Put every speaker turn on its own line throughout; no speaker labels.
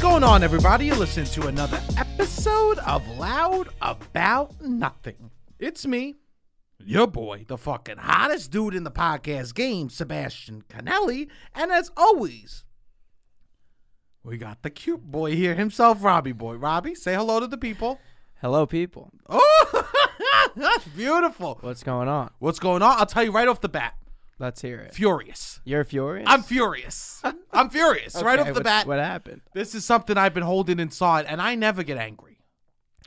going on, everybody? You listen to another episode of Loud About Nothing. It's me, your boy, the fucking hottest dude in the podcast game, Sebastian Canelli. And as always, we got the cute boy here himself, Robbie Boy. Robbie, say hello to the people.
Hello, people.
Oh, that's beautiful.
What's going on?
What's going on? I'll tell you right off the bat.
Let's hear it.
Furious.
You're furious.
I'm furious. I'm furious right
Okay,
off the
what-
bat.
What happened?
This is something I've been holding inside, and I never get angry.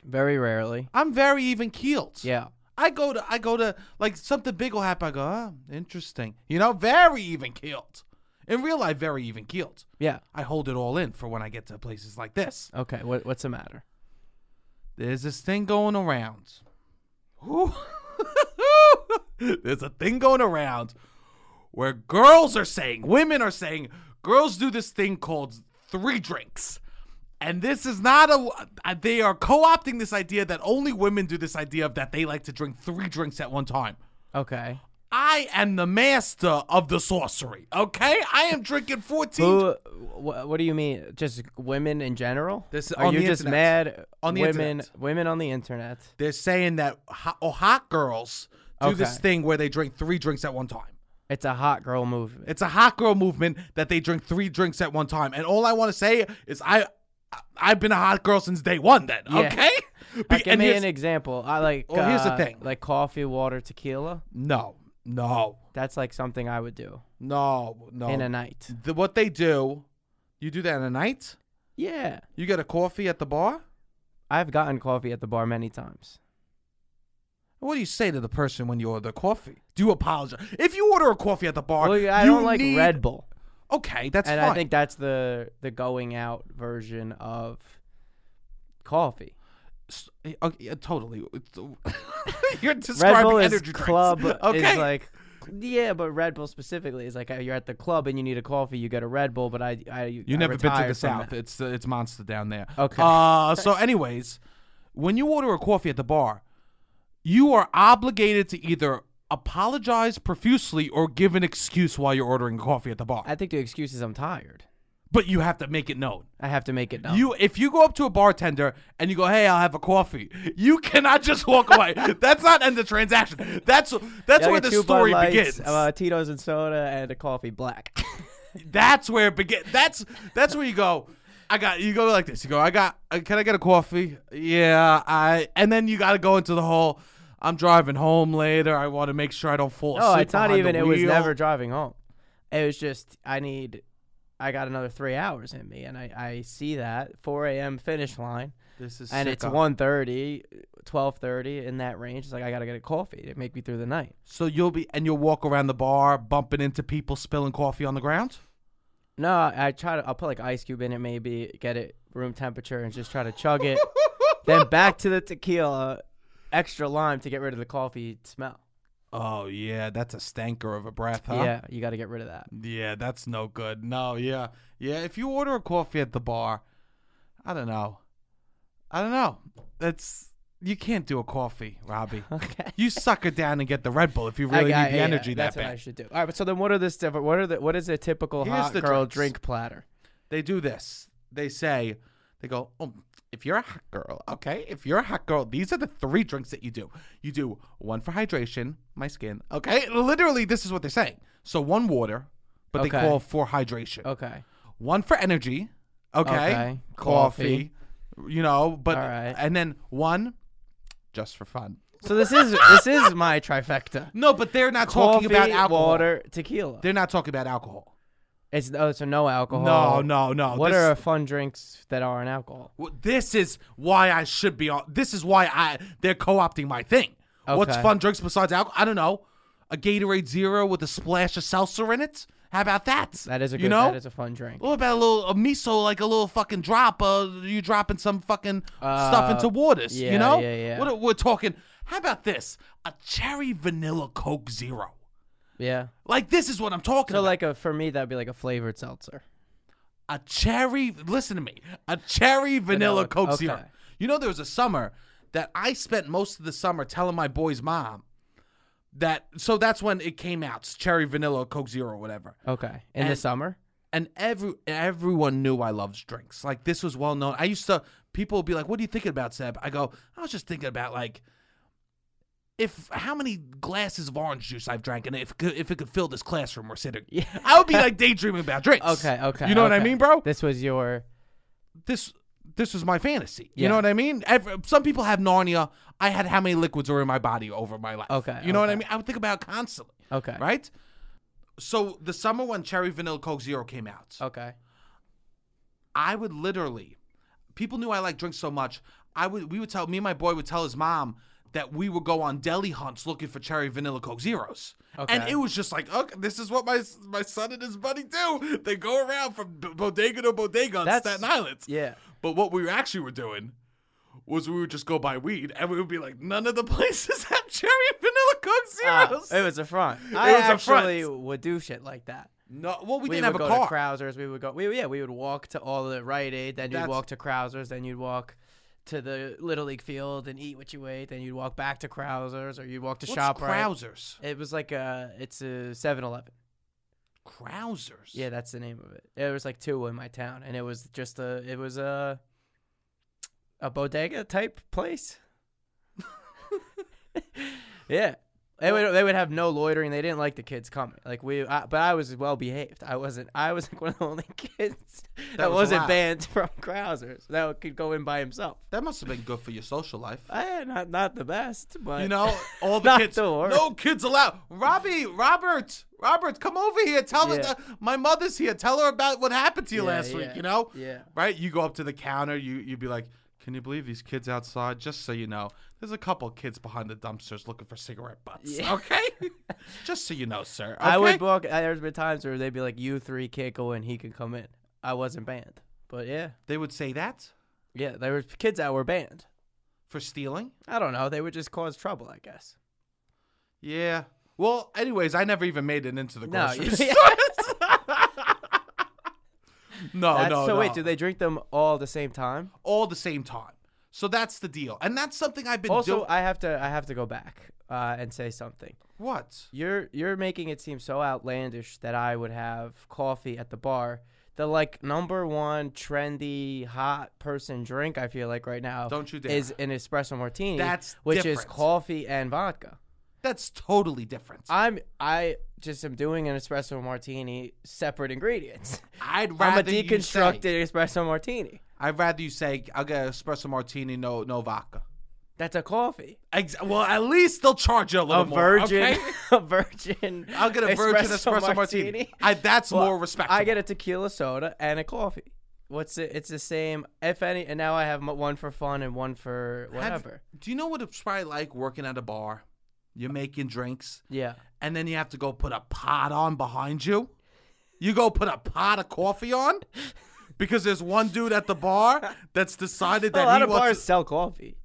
Very rarely.
I'm very even keeled.
Yeah.
I go to I go to like something big will happen. I go, oh, interesting. You know, very even keeled. In real life, very even keeled.
Yeah.
I hold it all in for when I get to places like this.
Okay. What, what's the matter?
There's this thing going around. Ooh. There's a thing going around where girls are saying, women are saying, girls do this thing called three drinks. And this is not a, uh, they are co opting this idea that only women do this idea of that they like to drink three drinks at one time.
Okay.
I am the master of the sorcery, okay? I am drinking 14
Who? Wh- what do you mean? Just women in general?
This-
Are
on
you
the
just
internet.
mad?
On the
women,
internet.
women on the internet.
They're saying that hot, oh, hot girls do this
Okay.
thing where they drink three drinks at one time.
It's a hot girl movement.
It's a hot girl movement that they drink three drinks at one time. And all I want to say is I, I- I've been a hot girl since day one. Then
Yeah.
okay. Be-
Like, give
and
me
here's-
an example. I like.
Well, here's the
uh,
thing.
Like coffee, water, tequila.
no, no,
That's like something I would do
no, no.
in a night.
The- what they do, you do that in a night.
Yeah.
You get a coffee at the bar.
I've gotten coffee at the bar many times.
What do you say to the person when you order coffee? Do you apologize if you order a coffee at the bar?
Well, I
you
don't like
need-
Red Bull.
Okay, that's
and
fine.
I think that's the the going out version of coffee.
S- uh, yeah, totally. You're describing
Red Bull is
energy drinks.
club
Okay.
is like yeah, but Red Bull specifically is like uh, you're at the club and you need a coffee, you get a Red Bull. But I I
You never been to the south.
South.
It's uh, it's monster down there.
Okay.
Uh, so, anyways, when you order a coffee at the bar, you are obligated to either apologize profusely or give an excuse while you're ordering coffee at the bar.
I think the excuse is I'm tired.
But you have to make it known.
I have to make it known.
You, if you go up to a bartender and you go, "Hey, I'll have a coffee," you cannot just walk away. that's not end the transaction. That's that's
I'll
where
get
the
two Bud
story
Lights,
begins.
Uh, Tito's and soda and a coffee black.
That's where it begins. That's that's where you go. I got you go like this. You go. I got. uh, Can I get a coffee? Yeah. I and then you got to go into the whole. I'm driving home later. I want to make sure Oh, I don't fall asleep.
No, it's not
behind
even.
the
It was
wheel."
never driving home. It was just I need. I got another three hours in me, and I, I see that 4 a.m. finish line,
This is
and
sick
it's
of-
1:30, 12:30 in that range. It's like I gotta get a coffee to make me through the night.
So you'll be and you'll walk around the bar, bumping into people spilling coffee on the ground.
No, I try to. I'll put like ice cube in it, maybe get it room temperature, and just try to chug it. then back to the tequila, extra lime to get rid of the coffee smell.
Oh yeah, that's a stanker of a breath, huh?
Yeah, you got to get rid of that.
Yeah, that's no good. No, yeah. Yeah, if you order a coffee at the bar, I don't know. I don't know. That's you can't do a coffee, Robbie.
Okay.
You suck it down and get the Red Bull if you really
I,
need the
yeah,
energy that
that's what I
bad.
should do. All right, but so then what are this different? What are the what is a typical
Here's
hot
the
girl
drinks.
drink platter?
They do this. They say they go, "Oh, if you're a hot girl, okay? If you're a hot girl, these are the three drinks that you do. You do one for hydration, my skin, okay? Literally, this is what they're saying. So one water, but they
Okay.
call for hydration.
Okay,
one for energy, okay,
Okay,
coffee, you know, but
All right.
and then one just for fun.
so this is this is my trifecta.
No, but they're not
Coffee,
talking about alcohol.
water, tequila.
They're not talking about alcohol.
It's oh, so no alcohol.
No, no, no.
What
this,
are fun drinks that aren't alcohol?
w- this is why I should be on. This is why I they're co-opting my thing. What's
Okay.
fun drinks besides alcohol? I don't know. A Gatorade Zero with a splash of seltzer in it. How about that?
That is a good.
you know.
That is a fun drink.
what about a little a miso, like a little fucking drop? Uh, you dropping some fucking stuff
Uh,
into waters, you
yeah,
know?
yeah, yeah.
What we're talking? How about this? A cherry vanilla Coke Zero.
Yeah.
Like this is what I'm talking
So
about.
like a for me that'd be like a flavored seltzer.
a cherry. Listen to me. A cherry vanilla,
Vanilla,
Coke
okay.
Zero. You know, there was a summer that I spent most of the summer telling my boy's mom that. So that's when it came out. Cherry vanilla Coke Zero, whatever.
Okay. In the
And-
summer.
and every everyone knew I loved drinks. Like this was well known. I used to people would be like, "What are you thinking about, Seb?" I go, "I was just thinking about like if how many glasses of orange juice I've drank, and if it could- if it could fill this classroom we're sitting."
Yeah.
I would be like daydreaming about drinks.
Okay, okay.
You know what I
okay.
mean, bro?
This was your
This this was my fantasy. You
Yeah.
know what I mean? Every, some people have Narnia. I had how many liquids were in my body over my life.
Okay,
You know what I
okay.
mean? I would think about it constantly.
okay,
Right. So the summer when Cherry Vanilla Coke Zero came out,
okay,
I would literally, people knew I liked drinks so much. I would, we would tell me and my boy would tell his mom that we would go on deli hunts looking for cherry vanilla coke zeros. And
Okay.
it was just like, okay, this is what my my son and his buddy do. They go around from b- bodega to bodega on
That's-
Staten Island.
yeah.
But what we actually were doing was we would just go buy weed and we would be like, none of the places have cherry vanilla coke
Ah,
zeros.
it was a front. I
was a front.
actually would do shit like that.
no, well, we,
We
didn't
would
have a
go
car.
to Krausers. We would go. We yeah. We would walk to all the Rite Aid. Then you'd
That's-
walk to Krausers. Then you'd walk to the Little League field and eat what you ate. Then you'd walk back to Krausers or you'd walk to
What's
Shoprite.
Krausers?
It was like a. It's a 7-Eleven.
Krausers.
Yeah, that's the name of it. It was like two in my town, and it was just a. It was a. A bodega type place. yeah. They would, they would have no loitering. They didn't like the kids coming. Like we, I, but I was well behaved. I wasn't. I was like one of the only kids that,
was
was not
allowed.
banned from Krausers that could go in by himself.
That must have been good for your social life.
I not not the best, but
You know, all the
Not
kids.
the worst.
no kids allowed. Robbie, Robert, Robert, come over here. Tell
Yeah.
her the, my mother's here. Tell her about what happened to you
Yeah,
last
yeah,
week. You know,
yeah.
right? You go up to the counter. You you'd be like, "Can you believe these kids outside?" Just so you know, there's a couple kids behind the dumpsters looking for cigarette butts.
Yeah.
Okay, just so you know, sir. Okay?
I would walk. There's been times where they'd be like, "You three can't go in. He can come in." I wasn't banned, but yeah,
They would say that
yeah. There was kids that were banned.
for stealing.
I don't know. They would just cause trouble, I guess.
Yeah. Well, anyways, I never even made it into the
No,
grocery
you-
stores. no,
That's,
Oh, no,
so
no.
wait, do they drink them all at the same time?
all the same time. So that's the deal, and that's something I've been
Also,
doing.
I have to I have to go back uh, and say something.
What?
You're you're making it seem so outlandish that I would have coffee at the bar. The like number one trendy hot person drink I feel like right now
Don't you dare.
is an espresso martini,
That's
which is
different.
coffee and vodka.
That's totally different.
I'm I just am doing an espresso martini separate ingredients.
I'd
I'm a
rather you
deconstructed
say,
espresso martini.
I'd rather you say I'll get an espresso martini, no, no vodka.
That's a coffee.
Ex- well, at least they'll charge you a little
a
more.
virgin,
okay?
a virgin.
I'll get a virgin espresso, martini. I, that's
Well,
more respectful.
I get a tequila soda and a coffee. What's it? It's the same. If any, and now I have m- one for fun and one for
Have-
whatever.
Do you know what it's probably like working at a bar? You're making drinks,
yeah,
and then you have to go put a pot on behind you. You go put a pot of coffee on because there's one dude at the bar that's decided that
a lot
he
of
wants.
bars sell coffee,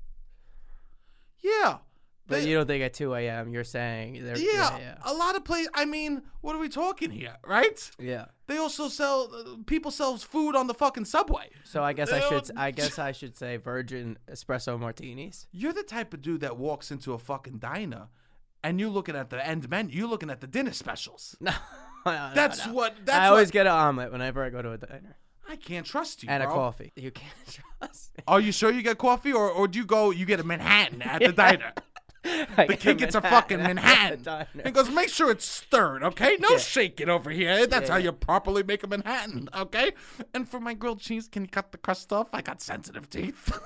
Yeah,
but
They-
you don't think at two a.m. you're saying they're
yeah,
yeah,
A lot of places. I mean, what are we talking here, right?
yeah. yeah.
They also sell uh, people sells food on the fucking subway.
So I guess I should.
Uh,
I guess I should say virgin espresso martinis.
You're the type of dude that walks into a fucking diner, and you're looking at the end menu. You're looking at the dinner specials.
No, no, no,
That's
no.
what. That's
I always
what,
get an omelet whenever I go to a diner
I can't trust you.
and a
bro.
coffee. You can't trust. me.
Are you sure you get coffee, or or do you go? You get a Manhattan at the diner. The kid gets a fucking Manhattan and goes, make sure it's stirred, okay? No shaking over here. That's how
yeah.
you properly make a Manhattan, okay? And for my grilled cheese, can you cut the crust off? I got sensitive teeth.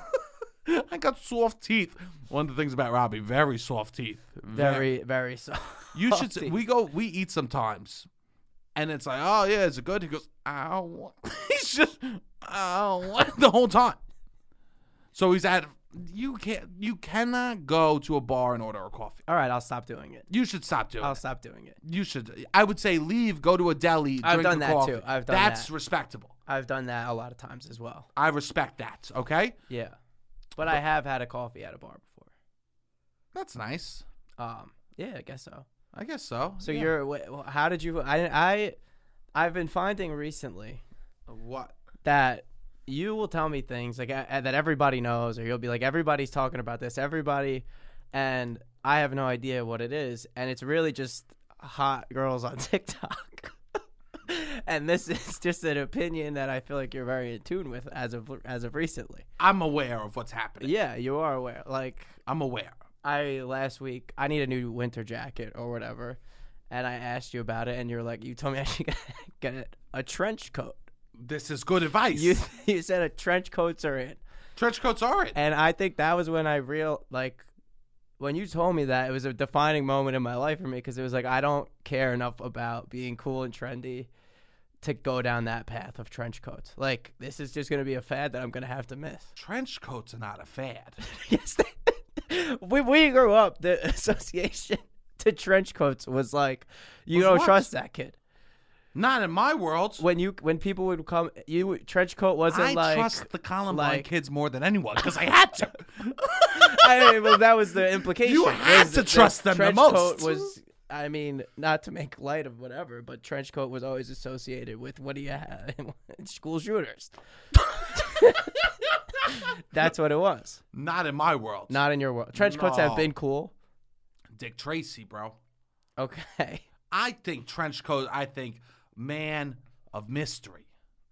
I got soft teeth. One of the things about Robbie, very soft teeth.
Very, very soft.
You should. s- We go. We eat sometimes, and it's like, oh yeah, is it good? He goes, ow. he's just, ow, the whole time. So he's at. You can't. You cannot go to a bar and order a coffee.
All right, I'll stop doing it.
You should stop doing.
I'll
it.
stop doing it.
You should. I would say leave. Go to a deli.
I've
drink
done
a
that,
coffee.
too. I've done
That's
that.
respectable.
I've done that a lot of times as well.
I respect that. Okay,
Yeah, but, I have had a coffee at a bar before.
that's nice.
Um, yeah, I guess so.
I guess so.
So
Yeah.
you're. wh- wh- How did you? I, I, I've been finding recently
what?
that you will tell me things like a- that everybody knows, or you'll be like, everybody's talking about this, everybody, and I have no idea what it is, and it's really just hot girls on TikTok. and this is just an opinion that I feel like you're very in tune with as of as of recently.
I'm aware of what's happening.
Yeah, you are aware. Like
I'm aware.
I last week, I need a new winter jacket or whatever, and I asked you about it, and you're like, you told me I should get- get a- a trench coat.
This is good advice.
You you said a trench coats are in,
Trench coats are it.
and I think that was when I real like. When you told me that, it was a defining moment in my life for me because it was like I don't care enough about being cool and trendy to go down that path of trench coats. Like this is just gonna be a fad that I'm gonna have to miss.
Trench coats are not a fad.
yes, they- when we grew up, the association to trench coats was like, you
Was
don't
what?
trust that kid.
Not in my world.
When you when people would come, you would- trench coat wasn't
I
like.
trust the Columbine
like-
kids more than anyone because I had to.
I mean, well, that was the implication.
You had
was
to
that
trust them the
trench
most.
Coat was, I mean, not to make light of whatever, but trench coat was always associated with what do you have? School shooters. That's what it was.
not in my world.
Not in your world. Trench coats have
No.
been cool.
Dick Tracy, bro.
Okay.
I think trench coat. I think man of mystery,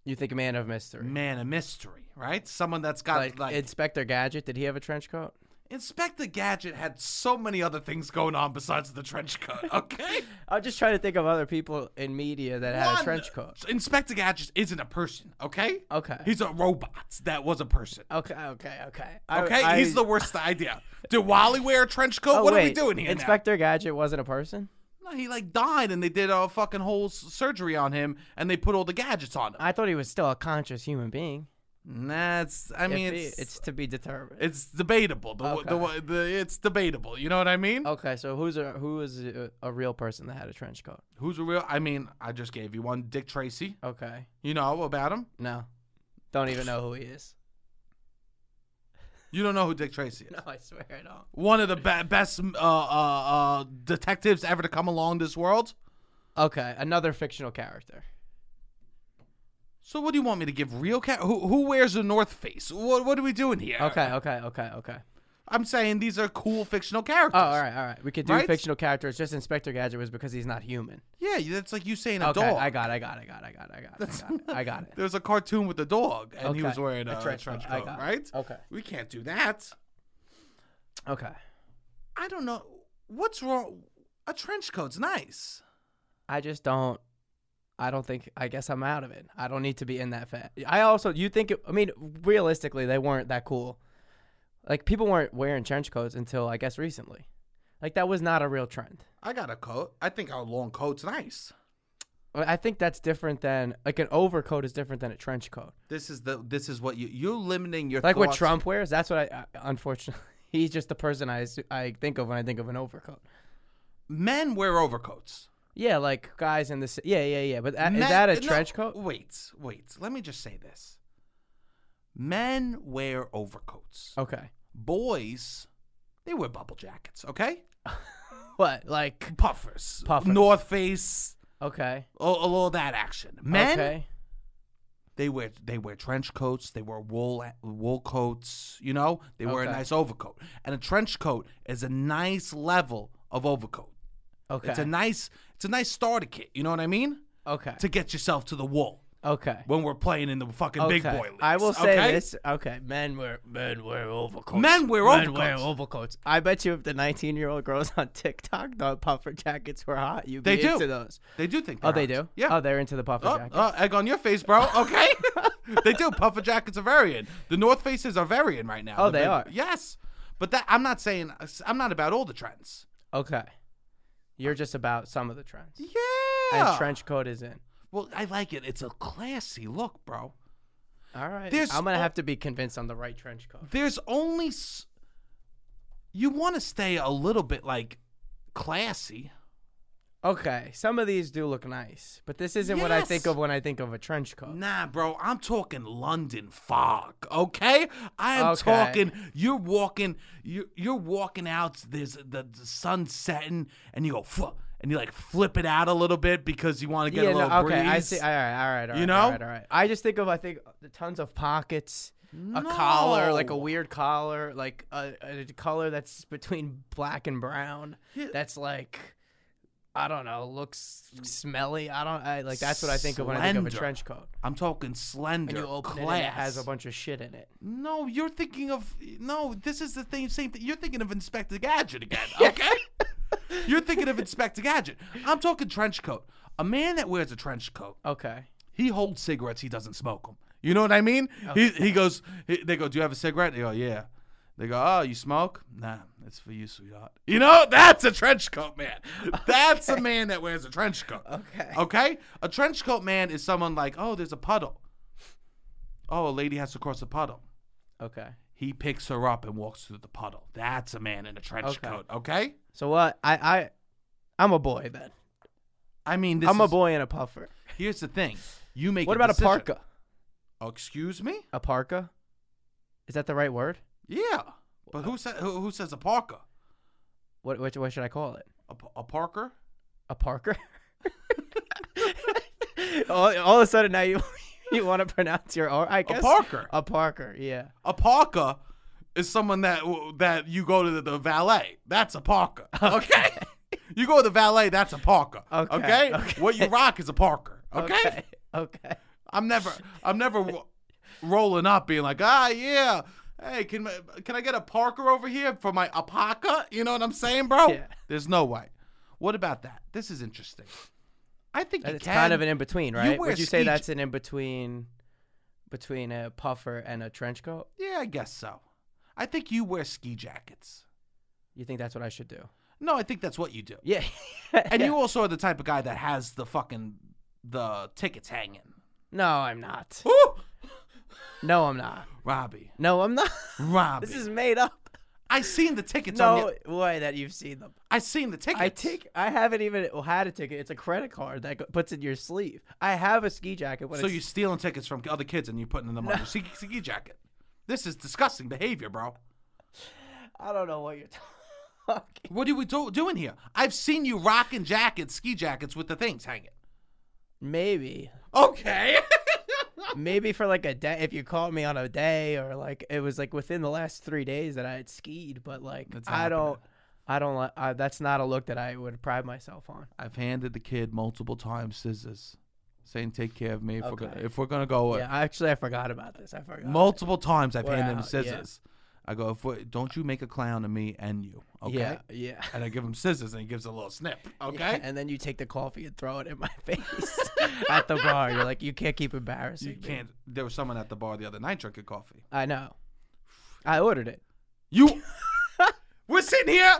You think man of mystery.
man of mystery, right? Someone that's got
like,
like,
Inspector Gadget. Did he have a trench coat?
Inspector Gadget had so many other things going on besides the trench coat. Okay,
I'm just trying to think of other people in media that had a
One- uh,
trench coat.
Inspector Gadget isn't a person. Okay,
Okay.
he's a robot that was a person.
okay. Okay. Okay. I-
Okay,
I-
he's the worst idea. Did Wally wear a trench coat?
Oh,
what are we
wait,
doing here? now?
Inspector Gadget wasn't a person.
No, he like died, and they did a fucking whole s- surgery on him, and they put all the gadgets on him.
I thought he was still a conscious human being.
That's, I mean,
If he-
it's, it's
to be determined.
debatable. The, w the, w the it's debatable. You know what I mean?
okay. So who's a who is a, a real person that had a trench coat?
Who's a real? I mean, I just gave you one, Dick Tracy.
Okay.
You know about him?
No. Don't even know who he is.
You don't know who Dick Tracy is?
No, I swear I don't.
One of the be- best uh, uh, uh, detectives ever to come along this world.
Okay, another fictional character.
So what do you want me to give real cat? Who, who wears the North Face? What what are we doing here?
Okay, okay, okay, okay.
I'm saying these are cool fictional characters.
Oh, all right, all right. We could do
Right?
fictional characters. Just Inspector Gadget was because he's not human.
Yeah, that's like you saying a
Okay,
dog.
I got, it, I got, it, I got, it, I got, it, I got, it, I got, it, I got it.
There was a cartoon with a dog, and he
Okay.
was wearing
A
a, trench,
trench coat. I
coat,
got it.
right?
Okay.
We can't do that.
Okay,
I don't know what's wrong. A trench coat's nice.
I just don't. I don't think. I guess I'm out of it. I don't need to be in that fat. I also, you think? It, I mean, realistically, they weren't that cool. Like people weren't wearing trench coats until I guess recently. Like that was not a real trend.
I got a coat. I think our long coat's nice.
I I think that's different than like an overcoat is different than a trench coat.
This is the this is what you you're limiting your
Like what
thoughts.
Trump wears. That's what I. I unfortunately, he's just the person I assu- I think of when I think of an overcoat.
Men wear overcoats.
Yeah, like guys in the ci- yeah, yeah, yeah. But that, is
Men-
that a
no,
trench coat?
Wait, wait. Let me just say this. Men wear overcoats.
Okay.
Boys, they wear bubble jackets. Okay,
What? Like
puffers,
Puffers.
North Face,
okay,
all, all that action. Men,
okay,
they wear they wear trench coats, they wear wool eh, wool coats, you know? They wear a
Okay.
nice overcoat. And a trench coat is a nice level of overcoat.
okay,
It's a nice it's a nice starter kit, you know what I mean?
okay,
To get yourself to the wall
okay.
when we're playing in the fucking big
okay.
boy leagues.
I will say
okay?
this. Okay, men wear men wear overcoats.
Men wear
Men wear
overcoats.
overcoats. I bet you if the 19 year old girls on TikTok thought puffer jackets were hot, you'd
They
be
do.
into those.
They do think
Oh, they
they're
do.
hot. Yeah.
Oh, they're into the puffer
Oh,
jacket.
oh, egg on your face, bro. Okay, they do. Puffer jackets are varying. The North Faces are varying right now.
Oh,
The
they
big-
are.
Yes, but that I'm not saying. I'm not about all the trends.
Okay, you're just about some of the trends.
Yeah.
And trench coat is in.
Well, I like it. It's a classy look, bro.
All right.
There's
I'm gonna
al-
have to be convinced I'm the right trench coat.
There's only s- you want to stay a little bit like classy.
Okay, some of these do look nice, but this isn't what I
Yes.
think of when I think of a trench coat.
Nah, bro, I'm talking London fog, okay? I am
Okay.
talking. You're walking. You're, you're walking out. There's the, the sun setting, and you go, "Fuh," and you like flip it out a little bit because you want to get
yeah,
a little
no, okay,
breeze.
I see. All right, all right, all right.
You
all
know?
right, all right. I just think of I think the tons of pockets, a collar, like a
No.
weird collar, like a, a color that's between black and brown. That's like I don't know, looks smelly. I don't I, like that's what I think of when I think of a
Slender.
trench coat.
I'm talking slender
And you open
class.
it and it has a bunch of shit in it.
no, you're thinking of no. This is the same same thing. You're thinking of Inspector Gadget again. Okay. you're thinking of Inspector Gadget. I'm talking trench coat. A man that wears a trench coat,
Okay.
he holds cigarettes. He doesn't smoke them. You know what I mean? He he goes. He, they go. Do you have a cigarette? They go. Yeah. They go. Oh, you smoke? Nah, it's for you, sweetheart. You know that's a trench coat man. That's a man that wears a trench coat.
Okay.
Okay? A trench coat man is someone like, oh, there's a puddle. Oh, a lady has to cross a puddle.
Okay.
He picks her up and walks through the puddle. That's a man in a trench
Okay.
coat, okay?
So what? I I I'm a boy then.
I mean, this
I'm a
is-
boy in a puffer.
Here's the thing. You make
What about a
decision.
parka?
Oh, excuse me?
A parka? Is that the right word?
Yeah. But who, sa- who, who says a parka?
What what, what should I call it?
A, p- a parker?
A parker? all, all of a sudden now you you want to pronounce your R I guess
parker.
A parker, yeah.
A parka is someone that w- that you go to the, the valet. That's a parka, okay? you go to the valet, that's a parka,
Okay,
okay?
okay.
What you rock is a parker, okay.
Okay. okay.
I'm never, I'm never ro- rolling up being like, ah, yeah, hey, can my- can I get a Parker over here for my apaca? You know what I'm saying, bro?
Yeah.
There's no way. What about that? This is interesting. I think you
It's
can.
kind of an in between, right?
wear
Would you say
ski-
that's an in between between a puffer and a trench coat?
yeah, I guess so. I think you wear ski jackets.
You think that's what I should do?
No, I think that's what you do.
Yeah.
And you also are the type of guy that has the fucking the tickets hanging.
No, I'm not.
Woo!
No, I'm not.
Robbie,
No, I'm not.
Robbie,
This is made up.
I seen the tickets on.
No
your-
way that you've seen them.
I seen the tickets.
I take. I haven't even had a ticket. It's a credit card that go- puts in your sleeve. I have a ski jacket. But
So
it's,
you're stealing tickets from other kids and you're putting them on your ski, ski jacket. This is disgusting behavior, bro.
I don't know what you're talking.
What are we do- doing here? I've seen you rocking jackets, ski jackets with the things hanging.
Maybe,
Okay.
maybe for like a day. If you caught me on a day, or like it was like within the last three days that I had skied, but like
That's not
I don't.
happening.
I don't like. I- That's not a look that I would pride myself on.
I've handed the kid multiple times scissors, saying, "Take care of me if we're
Okay.
gonna, if we're gonna go." away."
Yeah, actually, I forgot about this. I forgot.
Multiple times I've handed him
Wow, yeah.
scissors. I go, if we "Don't you make a clown of me and you?" Okay.
Yeah, yeah.
And I give him scissors and he gives a little snip. Okay.
Yeah, and then you take the coffee and throw it in my face at the bar. You're like, you can't keep embarrassing
You
me.
can't. There was someone at the bar the other night drinking coffee.
I know. I ordered it.
You. We're sitting here.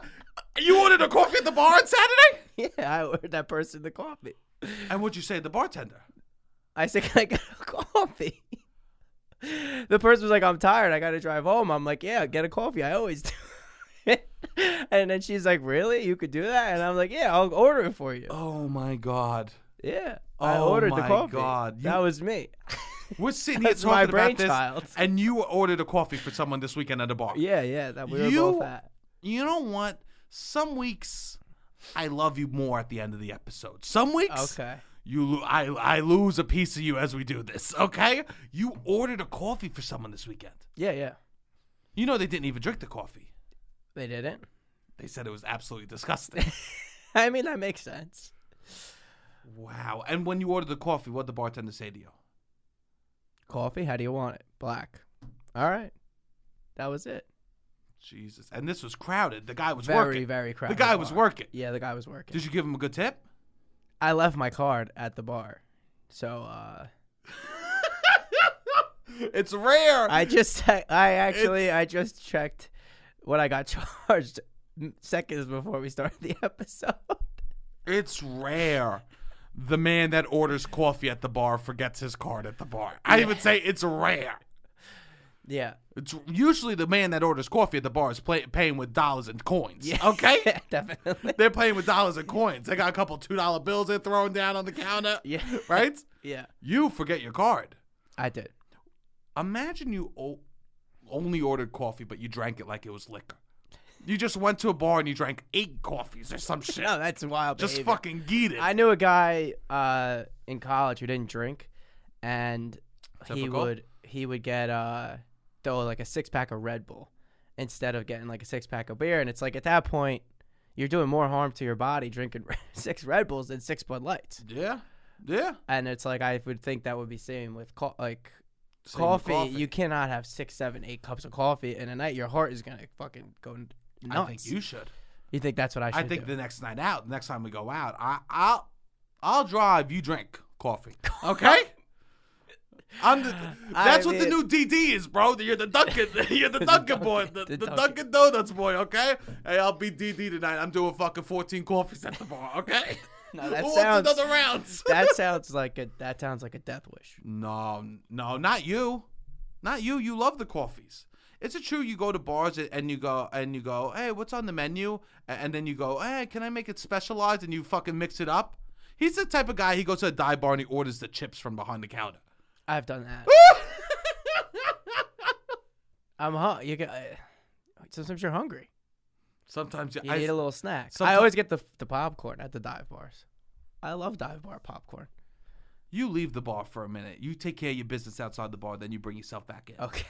You ordered a coffee at the bar on Saturday?
Yeah, I ordered that person the coffee.
And what'd you say to the bartender?
I said, can I get a coffee? The person was like, I'm tired. I got to drive home. I'm like, yeah, get a coffee. I always do. and then she's like, really? You could do that? And I'm like, yeah, I'll order it for you.
Oh my God.
Yeah. I
Oh
ordered the
my
coffee.
God,
That
you-
was me.
We're sitting here
That's my
talking about this.
brainchild.
And you ordered a coffee for someone this weekend at the bar.
yeah, yeah. That we were
You-
both at.
You know what? Some weeks I love you more at the end of the episode. Some weeks
Okay.
you lo- I, I lose a piece of you as we do this, okay? You ordered a coffee for someone this weekend.
Yeah, yeah.
You know they didn't even drink the coffee.
They didn't.
They said it was absolutely disgusting.
I mean, that makes sense.
wow. And when you ordered the coffee, what did the bartender say to you?
Coffee, how do you want it? Black. All right. That was it.
Jesus. And this was crowded. The guy was
very,
working.
very crowded.
guy was
bar.
working.
Yeah, the guy was working.
Did you give him a good tip?
I left my card at the bar. So uh,
it's rare.
I just, I actually, I just checked what I got charged seconds before we started the episode.
it's rare. The man that orders coffee at the bar forgets his card at the bar. I even say it's rare.
yeah.
It's usually the man that orders coffee at the bar is play, paying with dollars and coins. Okay,
Yeah, definitely.
they're paying with dollars and coins. They got a couple two dollar bills they're throwing down on the counter.
Yeah.
right.
Yeah.
You forget your card.
I did.
Imagine you o- only ordered coffee, but you drank it like it was liquor. You just went to a bar and you drank eight coffees or some shit.
No, that's wild.
just
behavior.
fucking geet it.
I knew a guy uh, in college who didn't drink, and he
Typical.
would he would get uh, throw like a six pack of Red Bull instead of getting like a six pack of beer, and it's like at that point you're doing more harm to your body drinking six Red Bulls than six Bud Lights.
Yeah. Yeah.
And it's like I would think that would be same with co- like
Same with
coffee. You cannot have six, seven, eight cups of coffee in a night. Your heart is gonna fucking go n- nuts.
I think you should.
You think that's what I
I
should
think
do?
the next night out, the next time we go out, I, I'll I'll drive. You drink coffee, okay? I'm the, that's what the new
mean-
DD is, bro. You're the Dunkin', you're the Dunkin' boy, the,
Dunkin',
the,
the
Dunkin' Donuts boy, okay? Hey, I'll be DD tonight. I'm doing fucking 14 coffees at the bar, okay?
No, that
Who
sounds-
wants another rounds?
that sounds like a that sounds like a death wish.
No, no, not you. Not you. You love the coffees. Is it true you go to bars a- and you go and you go, hey, what's on the menu? A- And then you go, hey, can I make it specialized? And you fucking mix it up. He's the type of guy he goes to a dive bar and he orders the chips from behind the counter.
I've done that. I'm hungry. You get, uh, sometimes you're hungry.
Sometimes you,
You
I,
need a little snack. I
sometime-
always get the the popcorn at the dive bars. I love dive bar popcorn.
you leave the bar for a minute. You take care of your business outside the bar, then you bring yourself back in.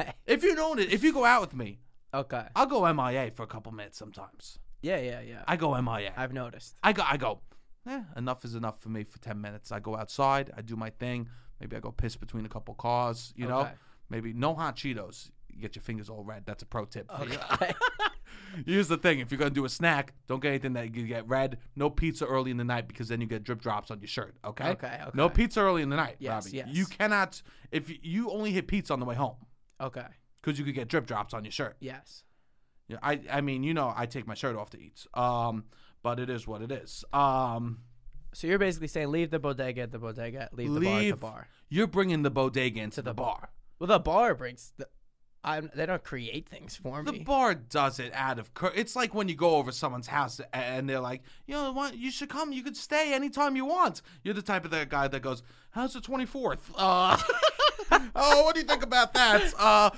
Okay.
If you know it, if you go out with me,
okay.
I'll go MIA for a couple minutes sometimes.
Yeah, yeah, yeah.
I go MIA.
I've noticed.
I go, I go, eh, enough is enough for me for 10 minutes. I go outside, I do my thing. Maybe I go piss between a couple cars, you know?
Okay.
Maybe no hot Cheetos. You get your fingers all red. That's a pro tip. for you. Here's the thing if you're going to do a snack, don't get anything that you get red. No pizza early in the night because then you get drip drops on your shirt, okay?
Okay, okay.
No pizza early in the night,
Yes,
Robbie.
yes.
You cannot, if you- you only hit pizza on the way home
okay.
because you could get drip drops on your shirt.
Yes.
Yeah, I I mean, you know, I take my shirt off to eat. Um, but it is what it is. Um,
So you're basically saying leave the bodega at the bodega, leave, the bar at the
Leave-
bar.
You're bringing the bodega into the,
the
bar.
Well, the bar brings the. I'm, they don't create things for
The
me.
bar does it out of cur- it's like when you go over someone's house a- and they're like, you know what, you should come, you could stay anytime you want. You're the type of that guy that goes, how's the 24th? Uh, oh, what do you think about that? Uh,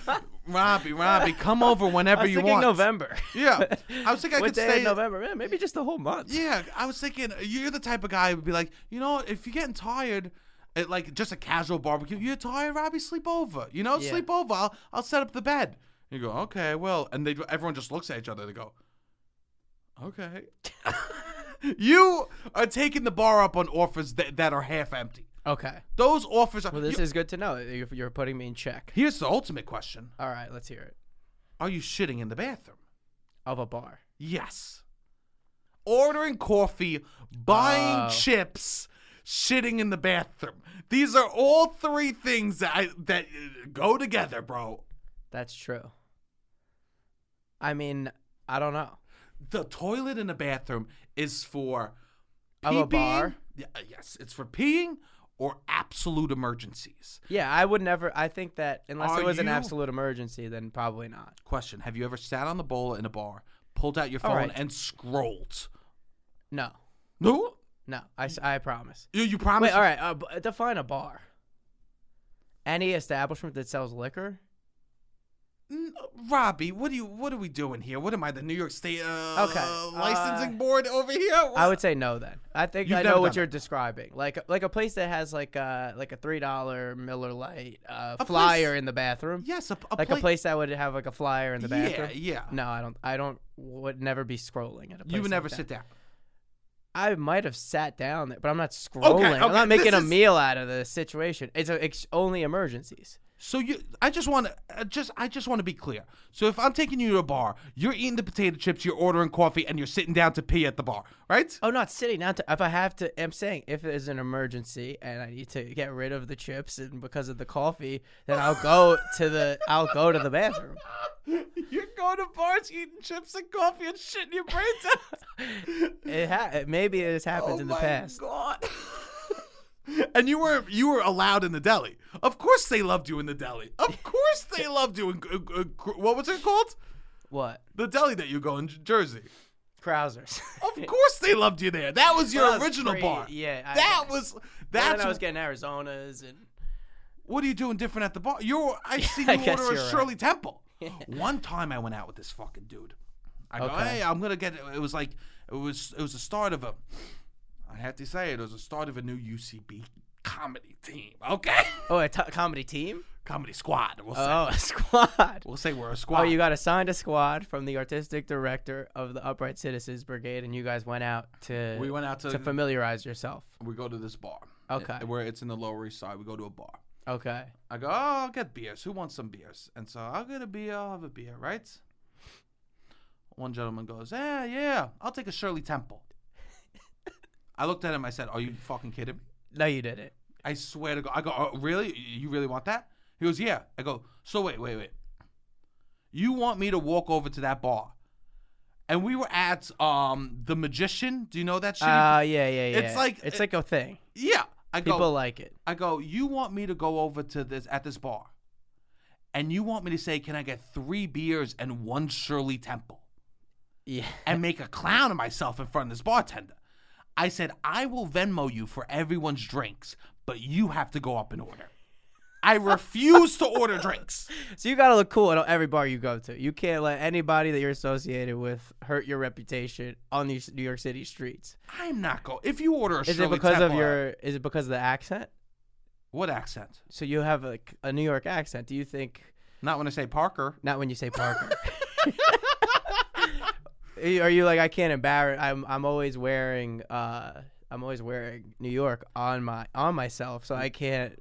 Robbie, Robbie, come over whenever
I was
you
thinking
want.
November.
Yeah, I was thinking I
what
could
day
stay.
in November? Yeah, maybe just the whole month.
Yeah, I was thinking uh, you're the type of guy who'd be like, you know, if you're getting tired, at like just a casual barbecue, you're tired, Robbie, sleep over. You know,
Yeah.
sleep over. I'll, I'll set up the bed. You go, okay, well, and they everyone just looks at each other. They go, okay. you are taking the bar up on offers that, that are half empty.
Okay.
Those offers are.
Well, this
you-
is good to know. You're, you're putting me in check.
here's the ultimate question:
All right, let's hear it.
Are you shitting in the bathroom?
Of a bar.
Yes. Ordering coffee, buying
Oh.
chips, shitting in the bathroom. These are all three things that I, that uh, go together, bro.
That's true. I mean, I don't know.
The toilet in the bathroom is for
Of Oh, a
peeing-
bar?
Yeah, uh, yes, it's for peeing or absolute emergencies.
Yeah, I would never. I think that unless
Are
it was an
you-
absolute emergency, then probably not.
Question: Have you ever sat on the bowl in a bar, pulled out your
All
phone,
right.
and scrolled?
No,
No.
no. I, s- I promise.
You, you promise?
Wait, all right. Uh, b- define a bar. Any establishment that sells liquor.
N- Robbie, what are you? What are we doing here? What am I, the New York State uh,
Okay,
licensing
uh,
board over here?
I would say no. Then I think
You've
I
never
know
done
what you're
that.
describing. Like uh, like a place that has like a like a three dollar Miller Lite uh,
place-
flyer in the bathroom.
yes, a, a
like
pla-
a place that would have like a flyer in the
Yeah,
bathroom.
yeah.
No, I don't. I don't. Would never be scrolling at a. Place
You would
like
never
that.
sit down.
I might have sat down there, but I'm not scrolling. I'm
okay,
not making
this
a
is-
meal out of the situation. It's, a, it's only emergencies.
So you, I just want to, just I just want to be clear. So if I'm taking you to a bar, you're eating the potato chips, you're ordering coffee, and you're sitting down to pee at the bar, right?
Oh, not sitting down. To, if I have to, I'm saying if it is an emergency and I need to get rid of the chips and because of the coffee, then I'll go to the I'll go to the bathroom.
you're going to bars, eating chips and coffee, and shitting your brains out.
It ha- it- maybe it has happened in the past.
god. and you were you were allowed in the deli. Of course they loved you in the deli. Of course they loved you in uh, uh, cr- what was it called?
What?
The deli that you go in J- Jersey.
Krausers.
Of course they loved you there. That was your
Well, that was
original
pre-
bar.
yeah, I
that
guess.
was
Well,
that's
then I was getting Arizonas and
what are you doing different at the bar? You're I see you
I guess
order a
you're right.
Shirley Temple. One time I went out with this fucking dude. I go,
Okay.
hey, I'm gonna get. It was like it was it was the start of a. I have to say it was the start of a new UCB comedy team, okay?
Oh, a t- comedy team?
comedy squad. We'll say
Oh, a squad.
we'll say we're a
Oh,
squad.
you got assigned a squad from the artistic director of the Upright Citizens Brigade, and you guys went out to
we went out to,
to familiarize yourself.
we go to this bar.
Okay.
Uh, Where it's in the Lower East Side. We go to a bar.
Okay.
I go, oh, I'll get beers. Who wants some beers? And so I'll get a beer. I'll have a beer, right? One gentleman goes, yeah, yeah, I'll take a Shirley Temple. I looked at him. I said, are you fucking kidding me?
No, you didn't.
I swear to God. I go, oh, really? You really want that? He goes, yeah. I go, so wait, wait, wait. You want me to walk over to that bar? And we were at um the magician. Do you know that shit?
Uh, yeah, yeah, yeah.
It's like-
it's like a thing.
yeah. I go.
People like it.
I go. You want me to go over to this at this bar, and you want me to say, can I get three beers and one Shirley Temple,
Yeah.
and make a clown of myself in front of this bartender? I said, I will Venmo you for everyone's drinks, but you have to go up and order. I refuse to order drinks.
So you gotta look cool at every bar you go to. You can't let anybody that you're associated with hurt your reputation on these New York City streets.
I'm not going. If you order a
Is
Shirley
it because of
Temple-
your? Is it because of the accent?
what accent?
So you have like a New York accent. Do you think?
Not when I say Parker.
Not when you say Parker. Are you- Are you like I can't embarrass? I'm I'm always wearing uh I'm always wearing New York on my on myself, so I can't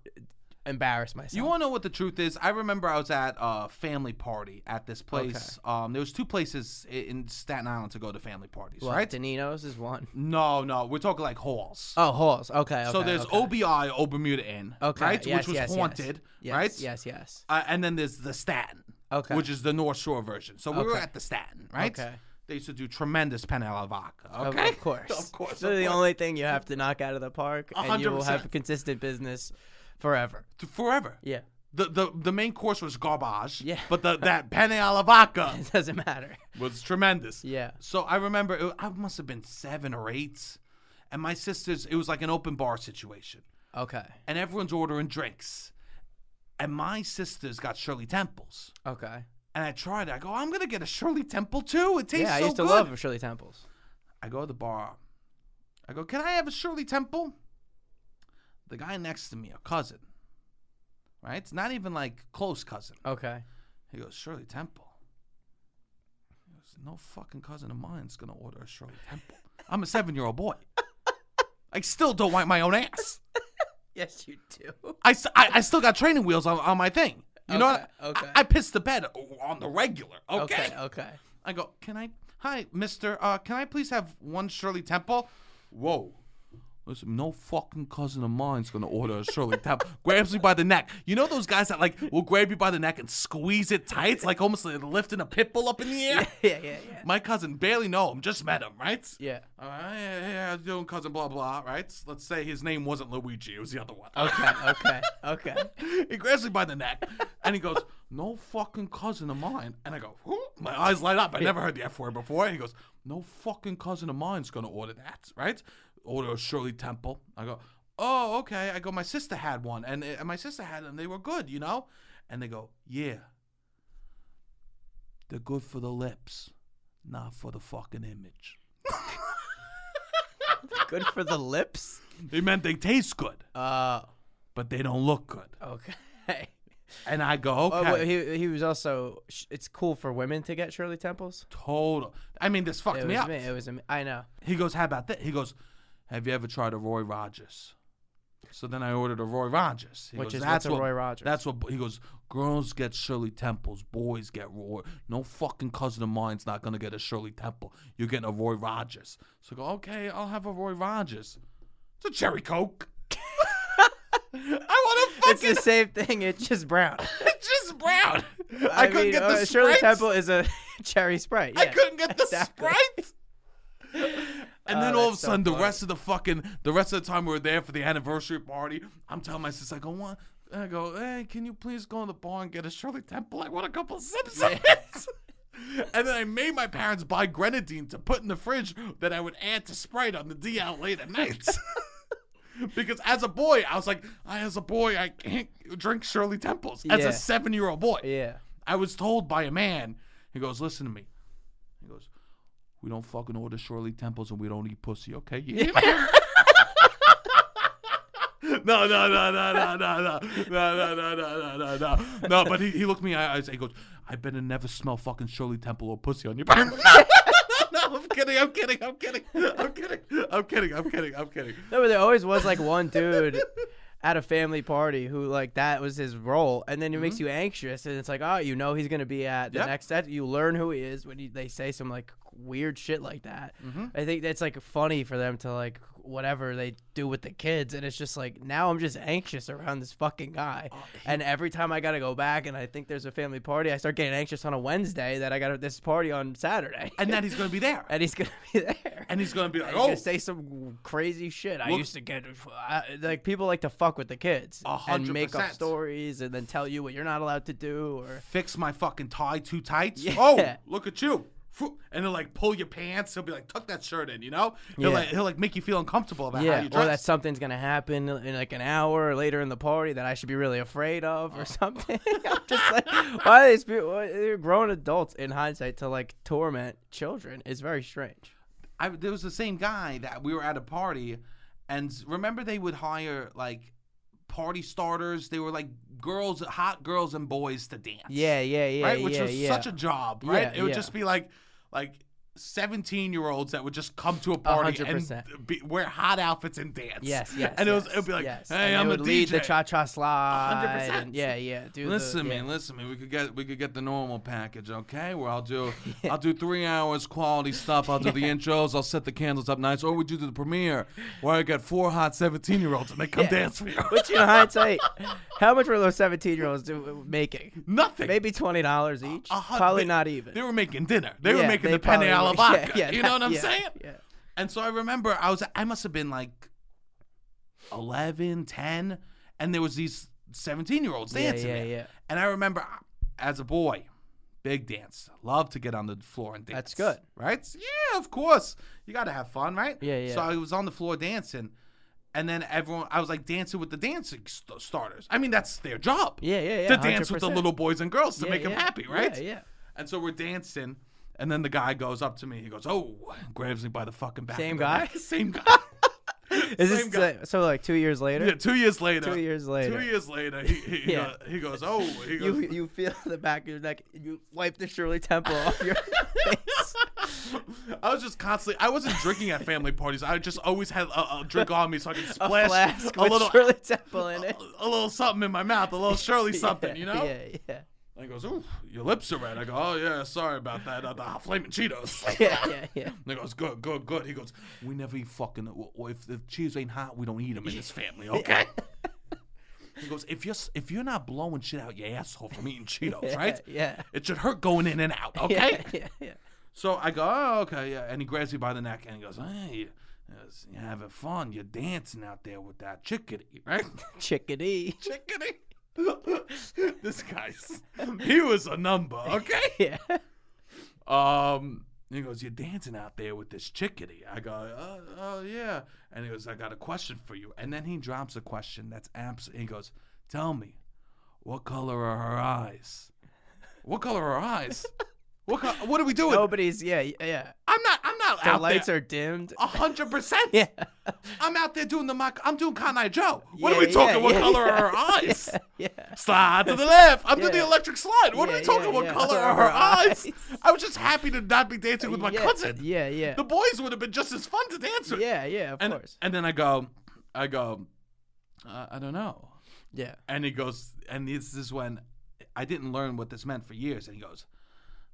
embarrass myself.
Mm. You want to know what the truth is? I remember I was at a family party at this place. Um, there was two places i- in Staten Island to go to family parties,
Well,
right?
Danino's is one.
No, no, we're talking like halls.
Oh, halls. Okay. okay
so there's
okay.
OBI, Old Bermuda Inn,
Okay.
right,
yes,
which was
yes, yes.
haunted,
Yes,
right?
Yes. Yes.
Uh, and then there's the Staten,
Okay.
which is the North Shore version. So we were
Okay.
at the Staten, right?
Okay.
They used to do tremendous Panella vodka.
Of-
Okay,
Of course.
of course,
So
of
the
course.
only thing you have to knock out of the park,
A
and you
hundred
will have
percent.
consistent business forever.
forever.
Yeah.
The, the the main course was garbage.
Yeah.
But the, that penne alla vodka
It doesn't matter.
was tremendous.
Yeah.
So I remember it, I must have been seven or eight, and my sisters. It was like an open bar situation,
Okay.
and everyone's ordering drinks, and my sisters got Shirley Temples,
Okay.
and I tried. it. I go, I'm gonna get a Shirley Temple too. It tastes
yeah, I
so
used to
good.
love Shirley Temples.
I go to the bar. I go, can I have a Shirley Temple? The guy next to me, a cousin, right? It's not even like close cousin.
Okay.
He goes, Shirley Temple. He goes, no fucking cousin of mine's gonna order a Shirley Temple. I'm a seven year old boy. I still don't wipe my own ass.
Yes, you do.
I, s- I- I still got training wheels on, on my thing. You know
Okay,
what?
okay.
I, I piss the bed on the regular. Okay.
Okay. Okay.
I go, can I? Hi, Mister. Uh, can I please have one Shirley Temple? Whoa. Listen, no fucking cousin of mine's gonna order a Shirley Temple. Grabs me by the neck. You know those guys that like will grab you by the neck and squeeze it tight, like almost like lifting a pit bull up in the air.
Yeah. Yeah. Yeah.
My cousin barely know him, just met him, right?
Yeah.
All right, yeah, yeah, how's it doing cousin blah blah, right? Let's say his name wasn't Luigi, it was the other one.
Okay. Okay. Okay.
he grabs me by the neck and he goes, No fucking cousin of mine. And I go, Who? My eyes light up. I never heard the F word before. And he goes, No fucking cousin of mine's going to order that, right? Order a Shirley Temple. I go, Oh, okay. I go, My sister had one and, and my sister had them. They were good, you know? And they go, Yeah. They're good for the lips, not for the fucking image.
Good for the lips.
They meant they taste good,
Uh.
but they don't look good.
Okay.
And I go, Okay.
Oh, wait, he he was also. sh- It's cool for women to get Shirley Temples.
total. I mean, this fucked
It
me
was
up.
me. It was me. I know.
He goes, How about that? He goes, Have you ever tried a Roy Rogers? So then I ordered a Roy Rogers. He
Which
goes,
is
that's
what's a
what,
Roy Rogers?"
That's what he goes, girls get Shirley Temples, boys get Roy. No fucking cousin of mine's not gonna get a Shirley Temple. You're getting a Roy Rogers. So I go, okay, I'll have a Roy Rogers. It's a cherry coke. I want
It's
a fucking
the same thing. It's just brown.
it's just brown. I,
I,
couldn't
mean,
get the
uh, Shirley
Sprite.
Temple is a cherry Sprite.
I
yeah.
couldn't get the
Exactly.
Sprite. And then
Oh,
all of a
that's so
sudden, the
funny.
rest of the fucking, the rest of the time we were there for the anniversary party, I'm telling my sister, I go, "What?" I go, hey, can you please go in the bar and get a Shirley Temple? I want a couple sips of it. and then I made my parents buy grenadine to put in the fridge that I would add to Sprite on the DL late at night. because as a boy, I was like, I, as a boy, I can't drink Shirley Temples. As
Yeah.
a seven year old boy.
Yeah.
I was told by a man. He goes, listen to me. He goes, we don't fucking order Shirley Temples and we don't eat pussy. Okay, yeah. no, no, no, no, no, no, no, no, no, no, no, no, no, no. No, but he, he looked me in the eyes and he goes, I better never smell fucking Shirley Temple or pussy on your No, no, I'm kidding, I'm kidding, I'm kidding, I'm kidding, I'm kidding, I'm kidding, I'm kidding.
No, but there always was like one dude at a family party who like that was his role, and then it makes you anxious, and it's like, oh, you know, he's gonna be at
Mm-hmm.
the
Yep.
next set. You learn who he is when you, they say some like weird shit like that.
Mm-hmm.
I think that's like funny for them to like whatever they do with the kids, and it's just like now I'm just anxious around this fucking guy,
Oh,
and every time I gotta go back and I think there's a family party, I start getting anxious on a Wednesday that I got this party on Saturday,
And then he's gonna be there.
and he's gonna be there.
And he's gonna be like,
He's
Oh,
gonna say some crazy shit. I
Look-
used to get I, like people like to fuck with the kids
A
and
hundred
make up
percent.
stories and then tell you what you're not allowed to do. Or
fix my fucking tie too tight.
Yeah.
Oh, look at you. Phew. And he'll like pull your pants. He'll be like, tuck that shirt in, you know? He'll
Yeah.
like he'll like make you feel uncomfortable about how
yeah,
you
or
dress.
that something's gonna happen in like an hour or later in the party that I should be really afraid of
Oh.
or something. I'm just like, why are these people? why- They're grown adults in hindsight to like torment children is very strange.
I, there was the same guy that we were at a party, and remember they would hire like party starters. They were like girls, hot girls and boys to dance.
Yeah, yeah, yeah,
right, which
yeah,
was
yeah.
such a job. Right,
Yeah,
it would
yeah.
just be like like seventeen year olds that would just come to a party and
100%.
be, wear hot outfits and dance.
Yes, yes.
and it was
yes,
it would be like,
yes.
hey,
and they
I'm a
would lead the
DJ."
cha cha slide. and-
100%.
Yeah, yeah. Do the-
Listen,
yeah.
man. Listen, man. We could get we could get the normal package, okay? Where I'll do I'll do three hours quality stuff. I'll do the intros. I'll set the candles up nice, or we do the premiere where I get four hot seventeen year olds and they come dance for you.
Which in hindsight, how much were those seventeen year olds do, making?
Nothing.
Maybe twenty dollars each.
A hun-
Probably
they-
not even.
They were making dinner. They were
Yeah,
making
they
the penne
probably
alla
were-
vodka.
yeah, yeah,
you know what I'm
yeah,
saying?
yeah.
And so I remember I was I must have been like 11, 10, and there was these 17 year olds
Yeah,
dancing.
yeah,
man.
yeah.
And I remember as a boy, big dance. Love to get on the floor and dance.
That's good.
Right? Yeah, of course. You got to have fun, right?
Yeah, yeah.
So I was on the floor dancing. And then everyone, I was like dancing with the dancing st- starters. I mean, that's their job.
Yeah, yeah, yeah,
To dance with the
100%.
little boys and girls to
Yeah,
make them
yeah.
happy, right?
Yeah, yeah.
And so we're dancing, and then the guy goes up to me. He goes, "Oh," and grabs me by the fucking back.
Same
of the
guy?
neck. Same guy.
Is this
Same guy.
like- so? Like two years later,
Yeah, two years later.
Two years later.
Two years later. He, he, he
Yeah.
go- he goes, "Oh," he goes,
you you feel the back of your neck. and You wipe the Shirley Temple off your face.
I was just constantly. I wasn't drinking at family parties. I just always had a, a drink on me so I could
A
splash
flask
a
with
little,
Shirley Temple in
a,
it.
a little something in my mouth, a little Shirley something,
Yeah,
you know.
Yeah, yeah,
And he goes, "Ooh, your lips are red." I go, "Oh yeah, sorry about that. Uh, the flaming Cheetos."
yeah, yeah, yeah.
And he goes, good, good, good. He goes, we never eat fucking. w- w- If the cheese ain't hot, we don't eat them in this family, okay? he goes, if you're s- if you're not blowing shit out your asshole from eating Cheetos, right?
yeah.
It should hurt going in and out, okay?
Yeah, yeah, yeah.
So I go, oh, okay, yeah. And he grabs me by the neck and he goes, hey, you're having fun. You're dancing out there with that chickadee, right?
Chickadee.
chickadee. this guy's he was a number, okay?
Yeah.
Um, he goes, "You're dancing out there with this chickadee." I go, "Oh, oh yeah." And he goes, "I got a question for you." And then he drops a question that's abs. He goes, "Tell me, what color are her eyes? What color are her eyes? what co- What are we doing?
Nobody's. Yeah, yeah.
I'm not. I'm not
The
out
lights
there.
are dimmed.
A hundred percent.
Yeah.
I'm out there doing the mock. I'm doing Conai Joe. What are
Yeah,
we
yeah,
talking? what
yeah,
color are her
yeah,
eyes?
Yeah.
Slide to the left. I'm doing
Yeah.
the electric slide. What are
Yeah,
we talking?
yeah,
about?
yeah.
color are her eyes? I was just happy to not be dancing with my
yeah,
cousin.
Yeah, yeah.
The boys would have been just as fun to dance with.
yeah, yeah, of
and,
course.
And then I go, I go, uh, I don't know.
Yeah.
And he goes, and this is when I didn't learn what this meant for years. And he goes,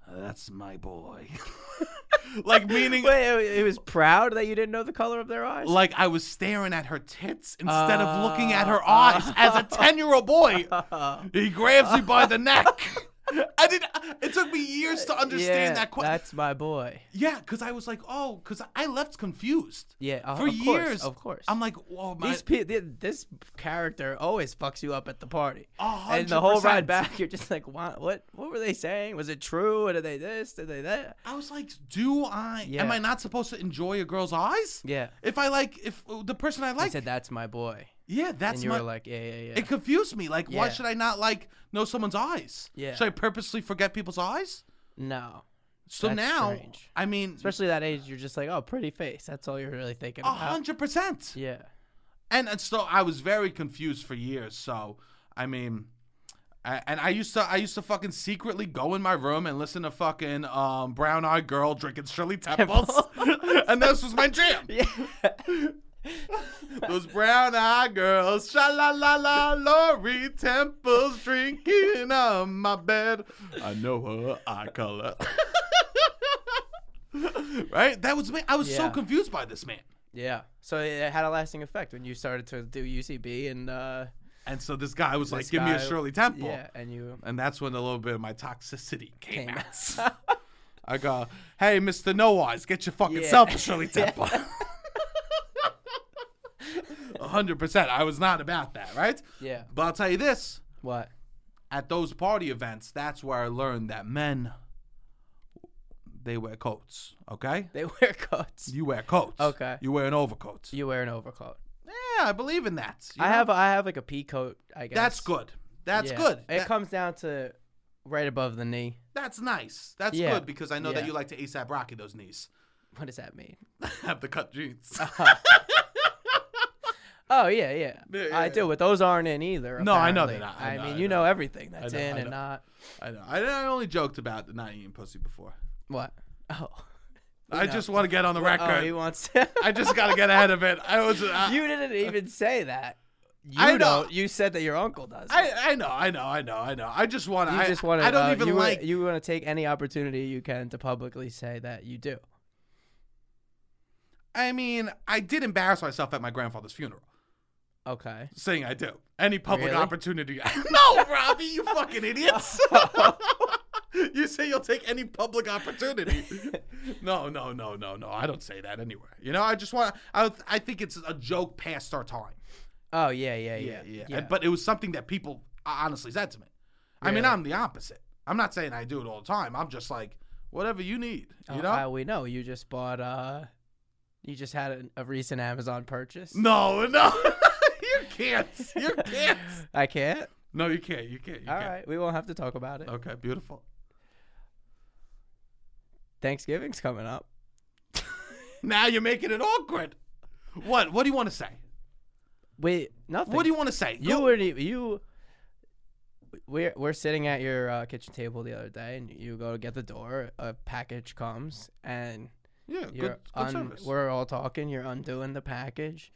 that's my boy. like meaning,
Wait, oh, it- it was proud that you didn't know the color of their eyes?
like I was staring at her tits instead of looking at her
Uh,
eyes as a ten-year-old boy.
Oh,
He grabs me by the neck. I did. not It took me years to understand
yeah,
that question.
That's my boy.
Yeah, because I was like, oh, because I left confused.
Yeah, uh,
for
of course,
years,
of course.
I'm like, oh my.
These pe- th- this character always fucks you up at the party.
A hundred
And the whole ride
percent.
back, you're just like, what, what? What were they saying? Was it true? Or did they this? Did they that?
I was like, do I?
Yeah.
Am I not supposed to enjoy a girl's eyes?
Yeah.
If I like, if uh, the person I
I
like,
said, that's my boy.
yeah, that's
And you
my.
were like, yeah, yeah, yeah.
it confused me. Like, why
Yeah.
should I not like know someone's eyes?
Yeah.
Should I purposely forget people's eyes?
no.
So
That's
now,
strange.
I mean,
Especially that age, you're just like, oh, pretty face. That's all you're really thinking
a
about.
hundred percent.
Yeah.
and and so I was very confused for years. So I mean, I, and I used to I used to fucking secretly go in my room and listen to fucking um, Brown Eyed Girl drinking Shirley Temples, and this was my jam.
Yeah.
Those brown eyed girls, sha la la la, Lori Temples drinking on my bed. I know her eye color. right? That was me. I was so
Yeah.
confused by this man.
yeah. So it had a lasting effect when you started to do UCB and uh,
And so this guy was like,
This
give me a
guy-
Shirley Temple.
yeah, and you
And that's when a little bit of my toxicity came,
came
out. I go, hey, Mr. No Eyes, get your fucking
Yeah.
self a Shirley Temple. A 100%. I was not about that, right?
yeah.
But I'll tell you this
What?
at those party events, that's where I learned that men, they wear coats, okay?
They wear coats.
You wear coats.
Okay.
You wear an overcoat.
You wear an overcoat.
Yeah, I believe in that. you
I
know?
have I have like a pea coat. I guess
That's good. That's
Yeah.
good.
It
That-
comes down to right above the knee.
that's nice. That's
Yeah.
good because I know that
Yeah.
you like to ASAP Rocky those knees.
What does that mean?
have the cut jeans.
Oh yeah, yeah.
Yeah, yeah,
I do, but those aren't in either.
No, I know they're
apparently.
not. I
I,
know,
mean,
I
you know, everything that's
know,
in
I
and
know.
not
I know. I, I only joked about not eating pussy before.
what. Oh,
I just want to get on the record.
oh, he wants. To...
I just got to get ahead of it. I was. uh, I,
you didn't even say that. You
I know.
don't. You said that your uncle does.
I, I know. I know. I know. I know. I just want to.
you
I,
just want to.
I don't even
you
like.
Wanna, you want to take any opportunity you can to publicly say that you do.
I mean, I did embarrass myself at my grandfather's funeral,
Okay.
saying I do. Any public
Really?
opportunity. no, Robbie, you fucking idiots. you say you'll take any public opportunity. no, no, no, no, no. I don't say that anywhere. You know, I just want. I, I think it's a joke past our time.
Oh yeah, yeah, yeah,
And- but it was something that people honestly said to me. I mean,
Really?
I'm the opposite. I'm not saying I do it all the time. I'm just like, whatever you need. You
Oh,
know?
uh, we know you just bought. uh You just had a, a recent Amazon purchase.
No, no. you can't. You can't.
I can't.
No, you can't. You can't. You
All
can't.
right, we won't have to talk about it.
Okay, beautiful.
Thanksgiving's coming up.
Now you're making it awkward. What? What do you want to say?
Wait, nothing.
What do you want to say?
You
Go-
were you. We're we're sitting at your uh, kitchen table the other day, and you go to get the door. A package comes, and
yeah, good,
you're
good
un-
service.
we're all talking. You're undoing the package,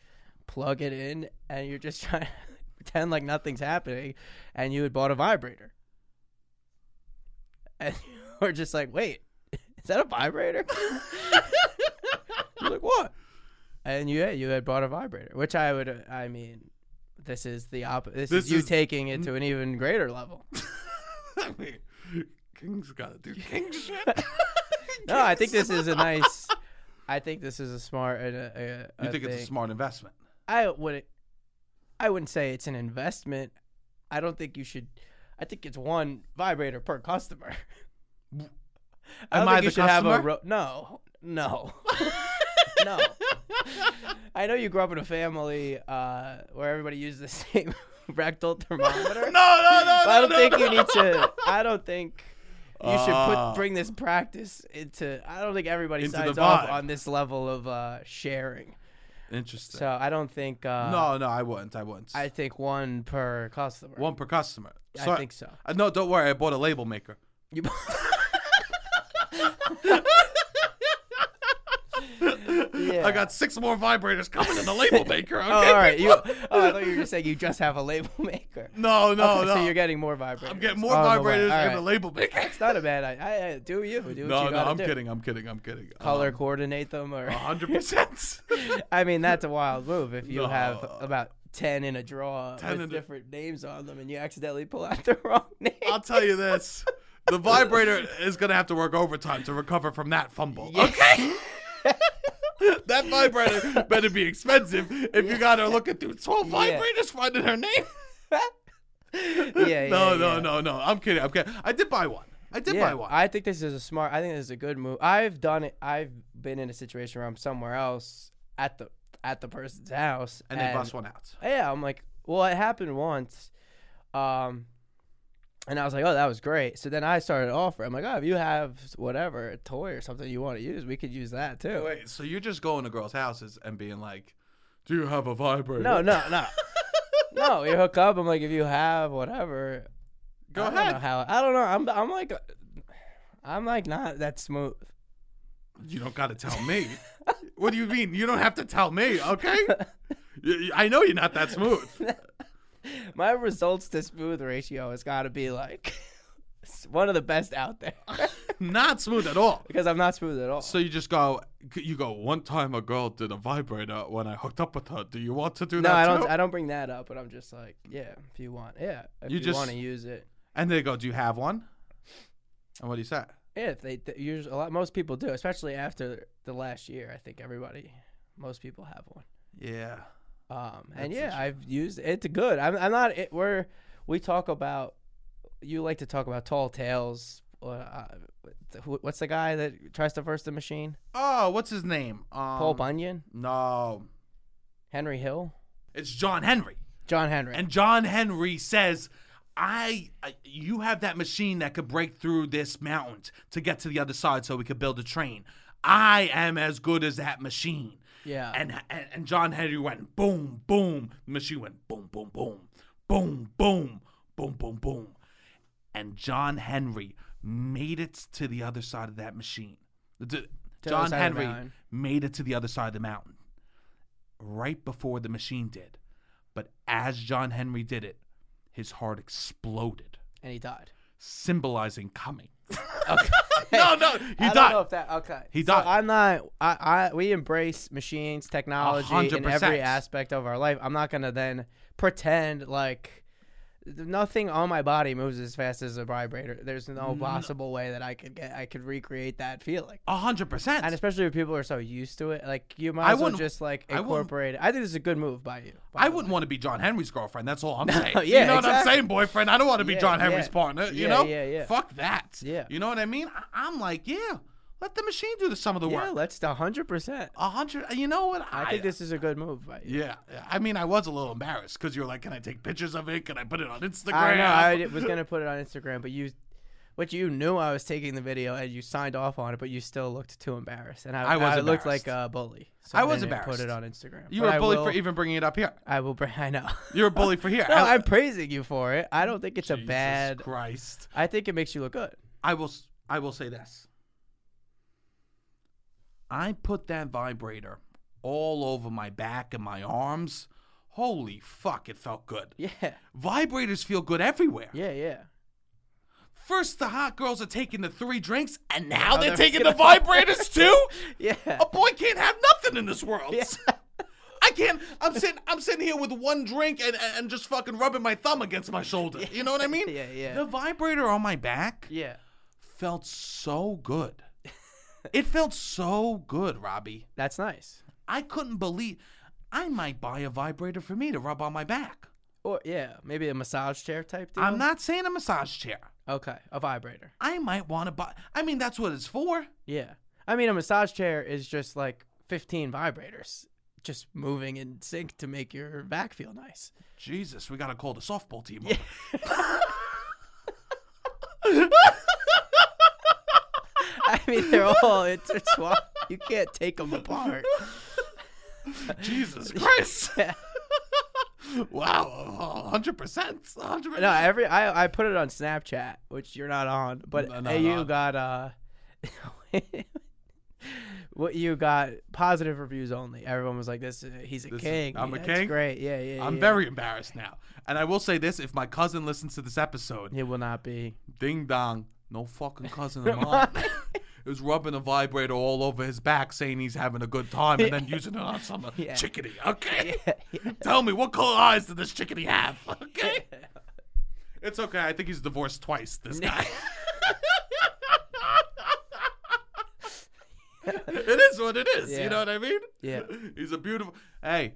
plug it in, and you're just trying to pretend like nothing's happening, and you had bought a vibrator, and we're just like, wait, is that a vibrator? You're like, what? And you you had bought a vibrator, which I would, uh, I mean, this is the op. This,
This
is you
is-
taking it to an even greater level.
I mean, King's gotta do king shit.
No, I think this is a nice. I think this is a smart. and a, a,
You
a
think it's
thing.
a smart investment?
I wouldn't. I wouldn't say it's an investment. I don't think you should. I think it's one vibrator per customer. I
Am
don't
I
think you
the
should have a
customer?
ro- no, no, no. I know you grew up in a family uh, where everybody used the same rectal thermometer.
No, no, no, no.
but I don't
no,
think
no.
you need to. I don't think you should
Ah.
put bring this practice into. I don't think everybody
Into the
signs off
vibe.
on this level of uh, sharing.
Interesting.
So I don't think. Uh,
no, no, I wouldn't. I wouldn't.
I think one per customer.
One per customer.
I think so.
Uh, no, don't worry. I bought a label maker.
You- yeah.
I got six more vibrators coming in the label maker. Okay?
Oh, all right. You. Oh, I thought you were just saying you just have a label maker.
No, no,
Okay,
no.
So you're getting more vibrators.
I'm getting Oh, more
on the way.
vibrators
All
in the
right.
label maker.
It's not a bad idea. I, I do you do what
No,
you
no,
gotta
I'm
do.
kidding. Uh-huh. I'm kidding. I'm kidding. Um,
Color coordinate them, or
hundred percent.
I mean, that's a wild move if you have
No.
about ten in a draw
10
with
in a-
different names on them, and you accidentally pull out the wrong name.
I'll tell you this: the vibrator is gonna have to work overtime to recover from that fumble.
okay.
that vibrator better be expensive if you got her looking through 12
Yeah.
vibrators finding her name.
yeah,
no,
yeah,
no,
yeah.
no, no. I'm kidding. I'm kidding. I did buy one. I did buy one.
I think this is a smart. I think this is a good move. I've done it. I've been in a situation where I'm somewhere else at the at the person's house,
and they bust one out.
Yeah, I'm like, well, it happened once, um, and I was like, oh, that was great. So then I started to offer. I'm like, oh, if you have whatever a toy or something you want to use, we could use that too.
Wait, so you're just going to girls' houses and being like, Do you have a vibrator?
No, no, no. no, you hook up. I'm like, if you have whatever,
Go
I Don't know
ahead.
how, I don't know. I'm, I'm like, I'm like not that smooth.
You don't got to tell me. what do you mean? You don't have to tell me, okay? Y- y- I know you're not that smooth.
My results to smooth ratio has got to be like it's one of the best out there
Not smooth at all.
because I'm not smooth at all.
So you just go, you go. One time a girl did a vibrator when I hooked up with her. Do you want to do
no,
that
I don't.
too?
I don't bring that up, but I'm just like, yeah, if you want, yeah, if
You
you,
just-
want to use it,
and they go, do you have one? And what do you say?
yeah. If they th- use a lot, most people do, especially after the last year. I think everybody, most people have one.
Yeah.
Um,
That's
and yeah,
such-
I've used it's good. I'm, I'm not. It, we're we talk about you like to talk about tall tales. Or, uh, wh- what's the guy that tries to verse the machine?
Oh, what's his name? Um,
Paul Bunyan,
No,
Henry Hill,
it's John Henry.
John Henry.
And John Henry says, I, I you have that machine that could break through this mountain to get to the other side so we could build a train. I am as good as that machine.
yeah,
And, and and John Henry went boom, boom. The machine went boom, boom, boom, boom, boom, boom, boom, boom. And John Henry made it to the other side of that machine. The- the-
the other
John
side of the
Henry
mountain.
made it to the other side of the mountain right before the machine did. But as John Henry did it, his heart exploded,
and he died.
symbolizing coming. no, no, he
I don't
died.
know if that okay.
He
So
died.
I'm not. I, I we embrace machines, technology in
100%.
every aspect of our life. I'm not gonna then pretend like nothing on my body moves as fast as a vibrator. There's no possible way that I could get. I could recreate that feeling.
A hundred percent.
And especially if people are so used to it, like you might
I
as well
wouldn't-
just like
I wouldn't-
incorporate it. I think this is a good move by you. by
I
the way.
wouldn't want to be John Henry's girlfriend. That's all I'm saying.
yeah,
you know what I'm
exactly.
saying, boyfriend. I don't want to be
Yeah,
John Henry's
yeah.
partner. You
Yeah,
know,
yeah, yeah.
Fuck that.
Yeah.
You know what I mean? I- I'm like, yeah, let the machine do the some of the
Yeah,
work.
let's hundred percent.
A hundred. You know what?
I think this is a good move by you.
Yeah, I mean, I was a little embarrassed because you were like, "Can I take pictures of it? Can I put it on Instagram?"
I know. I d- was gonna put it on Instagram, but you, but you knew I was taking the video and you signed off on it, but you still looked too embarrassed, and I,
I was
looked like
embarrassed.
a bully. So
I was
didn't Put it on
embarrassed.
Instagram.
you
But
were a
I
bully
will,
for e- even bringing it up here.
I will. bring- I know.
You're a bully for here.
no,
I-
I'm praising you for it. I don't think it's a
Jesus
bad.
Christ.
I think it makes you look good.
I will. s- I will say this. I put that vibrator all over my back and my arms. Holy fuck! It felt good.
Yeah.
Vibrators feel good everywhere.
Yeah. Yeah.
First, the hot girls are taking the three drinks, and now they're
they're
taking the
gonna-
vibrators too.
Yeah.
A boy can't have nothing in this world. I can't. I'm sitting. I'm sitting here with one drink and, and and just fucking rubbing my thumb against my shoulder. You know what I mean?
Yeah, yeah.
The vibrator on my back
Yeah.
felt so good. it felt so good, Robbie.
That's nice.
I couldn't believe. I might buy a vibrator for me to rub on my back.
Or yeah, maybe a massage chair type deal.
I'm not saying a massage chair.
Okay, a vibrator.
I might want to buy. I mean, that's what it's for.
Yeah. I mean, a massage chair is just like 15 vibrators just moving in sync to make your back feel nice.
Jesus, we gotta call the softball team. over.
I mean, they're all intertwined. You can't take them apart.
Jesus Christ.
Yeah.
Wow, hundred percent, hundred
No,
percent.
every I, I put it on Snapchat, which you're not on, but
No, not
you
on.
got uh what you got positive reviews only. Everyone was like this is- he's a
This is-
king.
I'm a
That's
king?
Great. Yeah, yeah.
I'm
yeah.
very embarrassed now, and I will say this: if my cousin listens to this episode,
It will not be.
ding dong, no fucking cousin of mine is rubbing a vibrator all over his back, saying he's having a good time, and then using it on some
Yeah.
chickadee. Okay, tell me what color eyes did this chickadee have? Okay, it's okay. I think he's divorced twice. This guy. it is what it is.
Yeah.
You know what I mean?
Yeah.
He's a beautiful. Hey,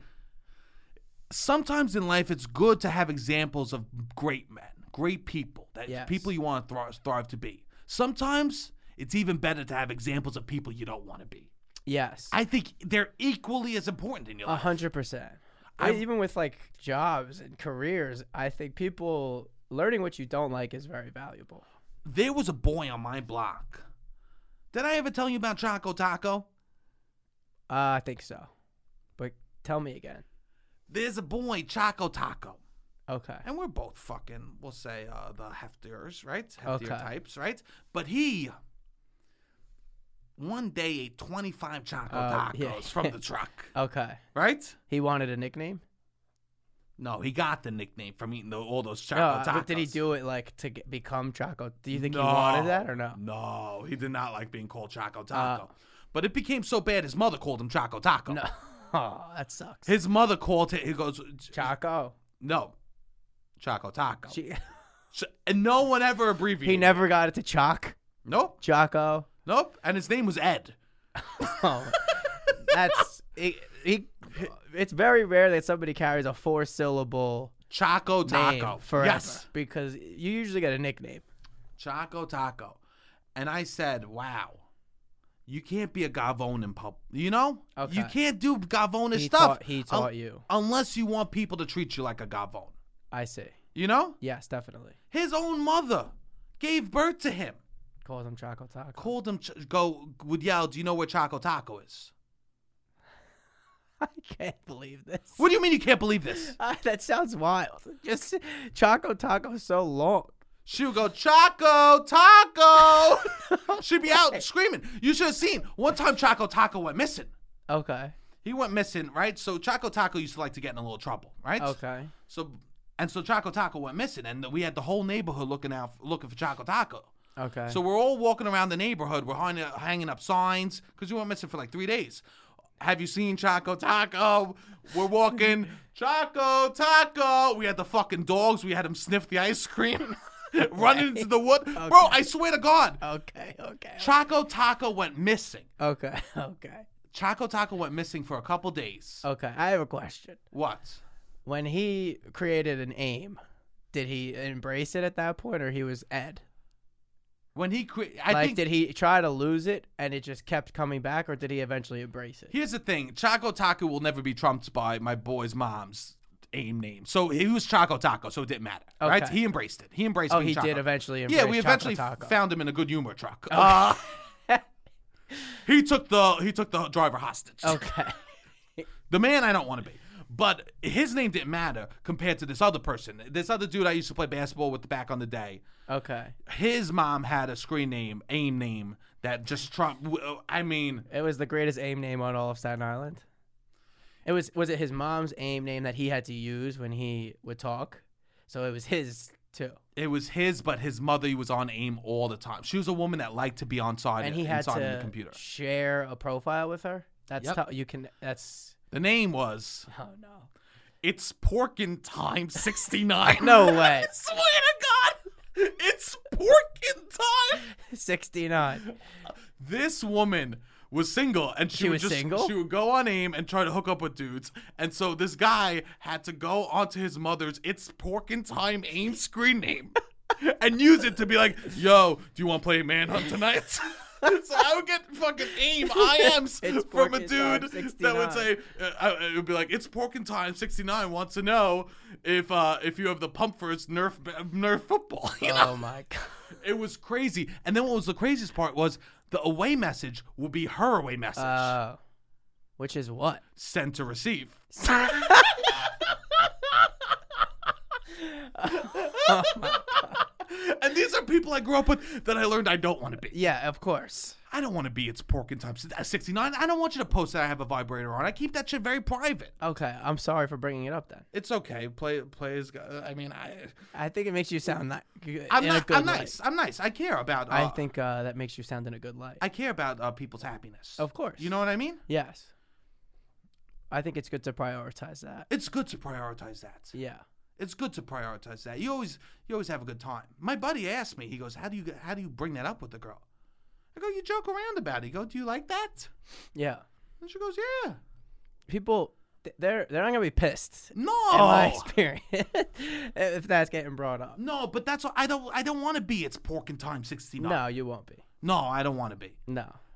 sometimes in life it's good to have examples of great men, great people, that
Yes.
people you want to thrive, thrive to be. Sometimes it's even better to have examples of people you don't want to be.
Yes.
I think they're equally as important in your
A
life.
hundred percent. I even with like jobs and careers, I think people learning what you don't like is very valuable.
There was a boy on my block. Did I ever tell you about Choco Taco?
Uh, I think so, but Tell me again.
There's a boy, Choco Taco.
Okay.
and we're both fucking we'll say uh, the heftiers right heftier
Okay.
types right but he one day ate 25 choco
Oh,
tacos
yeah.
from the truck
Okay.
right
He wanted a nickname.
no he got the nickname from eating the, all those
no,
choco tacos
but did he do it like to get, become Choco? Do you think
no,
he wanted that or no? Uh.
no he did not like being called choco taco but it became so bad his mother called him choco taco
No. Oh, that sucks.
his mother called him he goes
Choco.
no choco taco
She-
So- and no one ever abbreviated
he never got it to Choc.
nope
Choco.
nope and his name was ed
Oh, that's he, he. It's very rare that somebody carries a four-syllable
Choco
name
Taco.
forever
Yes.
because you usually get a nickname.
Choco Taco. And I said, wow, you can't be a Gavone in public. You know? You
Okay.
can't do Gavonish
He
stuff.
taught, he
un-
taught you.
Unless you want people to treat you like a Gavone.
I see.
You know?
Yes, definitely.
His own mother gave birth to him.
Calls him Choco Taco.
Called him, Ch- go, would yell, do you know where Choco Taco is?
I can't believe this.
What do you mean you can't believe this?
Ah, that sounds wild. Just Choco Taco is so long.
She would go, Choco Taco! She'd Oh, be out screaming. You should have seen. One time Choco Taco went missing.
Okay.
He went missing, right? So Choco Taco used to like to get in a little trouble, right?
Okay.
So and so Choco Taco went missing, and we had the whole neighborhood looking out looking for Choco Taco.
Okay.
So we're all walking around the neighborhood. We're hanging, hanging up signs because we went missing for like three days. Have you seen Choco Taco? We're walking Choco Taco. We had the fucking dogs. We had him sniff the ice cream, running into the wood. Bro, I swear to God,
okay. Okay.
Choco Taco went missing.
Okay. Okay.
Choco Taco went missing for a couple days.
Okay. I have a question.
What?
When he created an aim, did he embrace it at that point, or he was Ed?
When he cre- I
like,
think
did he try to lose it and it just kept coming back, or did he eventually embrace it?
here's the thing: Choco Taco will never be trumped by my boy's mom's aim name. So he was Choco Taco, so it didn't matter, right?
Okay.
He embraced it. He embraced.
Oh,
being
he
Choco.
did eventually embrace
Yeah, we eventually
Choco Taco. Oh.
found him in a good humor truck. Uh, he took the he took the driver hostage.
okay.
The man I don't want to be. But his name didn't matter compared to this other person. This other dude I used to play basketball with back on the day.
Okay.
His mom had a screen name, aim name that just trump. I mean,
It was the greatest aim name on all of Staten Island. It was was it his mom's aim name that he had to use when he would talk? So it was his too.
It was his, but his mother was on AIM all the time. She was a woman that liked to be on side
And he had
inside of the
to
computer.
share a profile with her. That's
Yep.
tou- you can that's
The name was
oh no.
It's Porkin Time 69.
No way.
I swear to God, it's Porkin Time.
69.
This woman was single, and she,
She
would
was
just,
single?
She would go on AIM and try to hook up with dudes, and so this guy had to go onto his mother's It's Porkin Time AIM screen name. And use it to be like, yo, do you want to play Manhunt tonight? so I would get fucking aim IMs
It's
from a
Porkin Time
dude that would
69.
say, uh, I- it would be like, it's Porkin Time 69 wants to know if uh, if you have the pump for its Nerf, Nerf football. You know?
Oh my god.
It was crazy. And then what was the craziest part was the away message would be her away message.
Uh, which is what?
Send to receive. and these are people I grew up with that I learned I don't want to be.
Yeah, of course.
I don't want to be. It's pork and time. At 69, I don't want you to post that I have a vibrator on. I keep that shit very private.
Okay, I'm sorry for bringing it up then.
It's okay. Play, play is. uh, I mean, I.
I think it makes you sound not good.
I'm
in a
not.
good
I'm
light.
nice. I'm nice. I care about. Uh,
I think uh, that makes you sound in a good light.
I care about uh, people's happiness.
Of course.
You know what I mean?
Yes. I think it's good to prioritize that.
It's good to prioritize that.
Yeah.
It's good to prioritize that. You always you always have a good time. My buddy asked me. He goes, "How do you how do you bring that up with the girl?" I go, "You joke around about it." He go, "Do you like that?"
Yeah.
And she goes, "Yeah."
People th- they're they're not going to be pissed in my
No.
experience if that's getting brought up.
No, but that's what I don't I don't want to be. It's pork and time 69.
No, you won't be. No.
No, I don't want to be.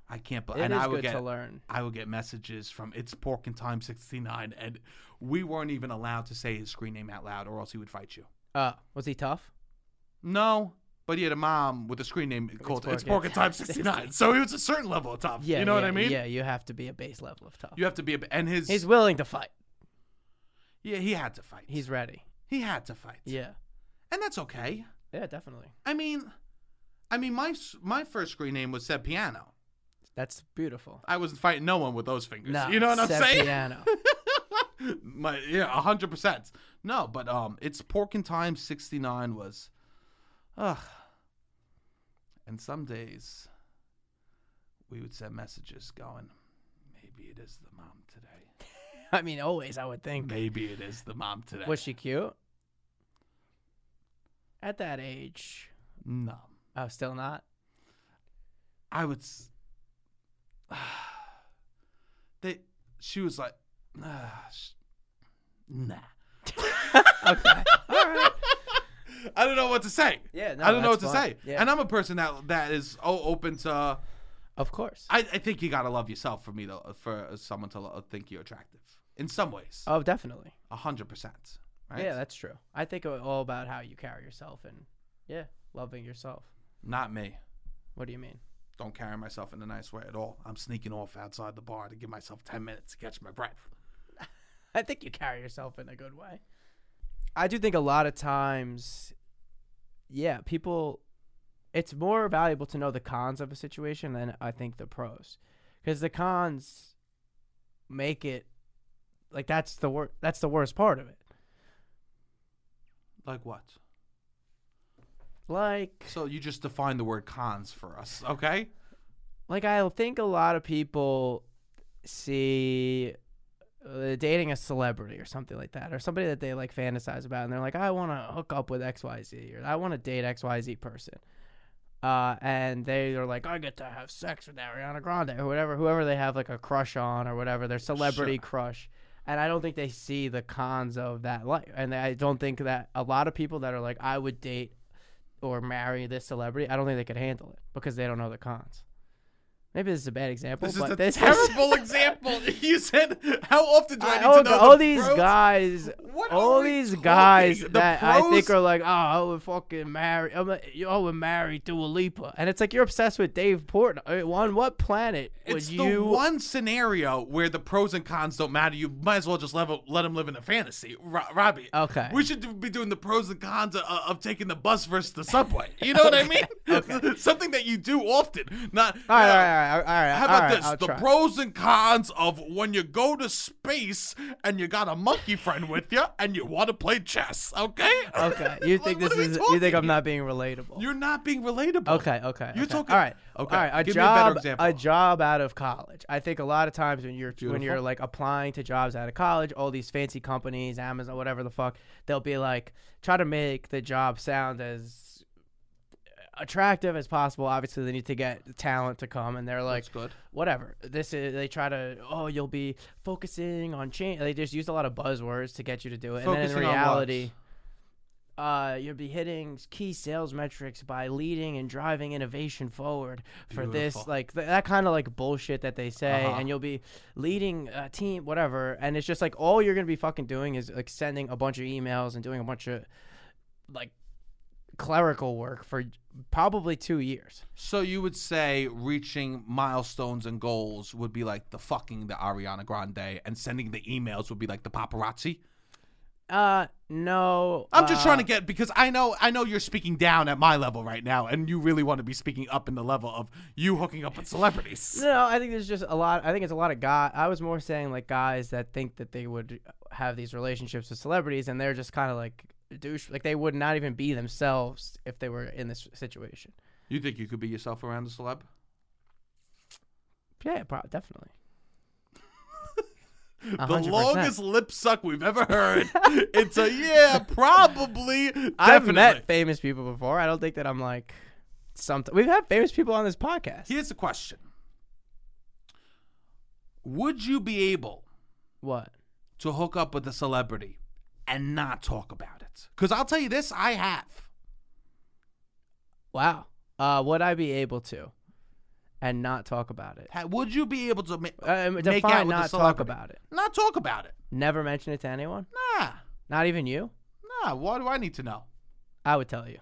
I can't believe
it is
and I would
good
get
to learn.
I would get messages from It's Pork and Time 69 and we weren't even allowed to say his screen name out loud or else he would fight you.
Uh, was he tough?
No. But he had a mom with a screen name called
Pork
It's
and
Pork and Time
Time
69. So he was a certain level of tough.
Yeah,
you know what
yeah,
I mean?
Yeah, you have to be a base level of tough.
You have to be a. And his.
He's willing to fight.
yeah, he had to fight.
He's ready.
he had to fight.
Yeah,
And that's okay.
yeah, definitely.
I mean, I mean, my s- my first screen name was Seb Piano.
That's beautiful.
I was fighting no one with those fingers.
No,
you know what I'm
Seb
saying?
Piano.
My yeah, hundred percent. No, but um, it's pork and time. Sixty nine was, ugh. And some days, we would send messages going, maybe it is the mom today.
I mean, always I would think.
Maybe it is the mom today.
Was she cute? At that age,
no,
oh, still not.
I would. s- they, she was like, ah, sh- nah.
Okay. All right.
I don't know what to say.
Yeah, no,
I don't know what
that's
to
fine.
say.
Yeah.
And I'm a person that that is oh, open to.
Of course.
I, I think you gotta love yourself for me to for someone to lo- think you're attractive in some ways,
Oh, definitely.
a hundred percent. Right?
Yeah, that's true. I think it all about how you carry yourself and yeah, loving yourself.
not me.
What do you mean?
Don't carry myself in a nice way at all. I'm sneaking off outside the bar to give myself ten minutes to catch my breath.
I think you carry yourself in a good way. I do think a lot of times, yeah, people, it's more valuable to know the cons of a situation than I think the pros, because the cons make it like that's the wor- that's the worst part of it.
Like what?
Like
So you just define the word cons for us, okay?
Oh, like I think a lot of people see uh, dating a celebrity or something like that, or somebody that they like fantasize about, and they're like, I want to hook up with X Y Z, or I want to date X Y Z person, uh, and they are like, I get to have sex with Ariana Grande or whatever, whoever they have like a crush on or whatever their celebrity
Sure.
crush. And I don't think they see the cons of that life, and I don't think that a lot of people that are like, I would date or marry this celebrity, I don't think they could handle it because they don't know the cons. Maybe this is a bad example,
This
but
is a
this
terrible example. You said, "How often do I,
I,
need
all,
to know
Oh, all
the
these
pros?"
guys,
What
all
are we
these
talking?
guys
The
that I think
pros-
are like, oh, I would fucking marry, I'm a, I would marry Dua Lipa, and it's like you're obsessed with Dave Portnoy. I mean, On what planet would
It's the
you?
one scenario where the pros and cons don't matter. You might as well just let him, let him live in a fantasy, Ro- Robbie.
Okay.
We should do- be doing the pros and cons of, of taking the bus versus the subway. You know what I mean? Something that you do often. Not.
all right,
you
all
know,
right, all right, all right.
How
all
about
right,
this?
I'll
the
try.
pros and cons of when you go to space and you got a monkey friend with you and you want to play chess. Okay.
Okay, you think
What
this
are we
is? You
talking
think I'm
here?
not being relatable?
You're not being relatable.
Okay, okay.
You're
okay.
talking-
All right.
okay,
All right. A
give me a better
job. a
example.
job out of college. I think a lot of times when you're when you're
Beautiful.
like applying to jobs out of college, all these fancy companies, Amazon, whatever the fuck, they'll be like try to make the job sound as attractive as possible. Obviously, they need to get talent to come, and they're like,
That's good.
whatever. This is they try to oh you'll be focusing on change. They just use a lot of buzzwords to get you to do it, and then
Focusing
in
on what?
reality, uh, you'll be hitting key sales metrics by leading and driving innovation forward for this
Beautiful.
like th- that kind of like bullshit that they say,
Uh-huh.
and you'll be leading a team whatever, and it's just like all you're gonna be fucking doing is like sending a bunch of emails and doing a bunch of like clerical work for probably two years.
So you would say reaching milestones and goals would be like the fucking the Ariana Grande, and sending the emails would be like the paparazzi.
Uh, no.
I'm just
uh,
trying to get because I know I know you're speaking down at my level right now, and you really want to be speaking up in the level of you hooking up with celebrities.
No, I think there's just a lot. I think it's a lot of guy. I was more saying like guys that think that they would have these relationships with celebrities, and they're just kind of like douche. Like they would not even be themselves if they were in this situation.
You think you could be yourself around a celeb?
Yeah, pro- definitely.
The
100%.
longest lip suck we've ever heard. it's a yeah, probably.
I've
definitely.
met famous people before. I don't think that I'm like something. We've had famous people on this podcast.
Here's the question: Would you be able
What?
to hook up with a celebrity and not talk about it. Because I'll tell you this, I have.
Wow. Uh, would I be able to, and not talk about it?
Ha- Would you be able to ma-
Uh,
make out
define
with a
not talk
celebrity?
about it.
Not talk about it.
Never mention it to anyone.
Nah,
Not even you.
nah. Why do I need to know?
I would tell you.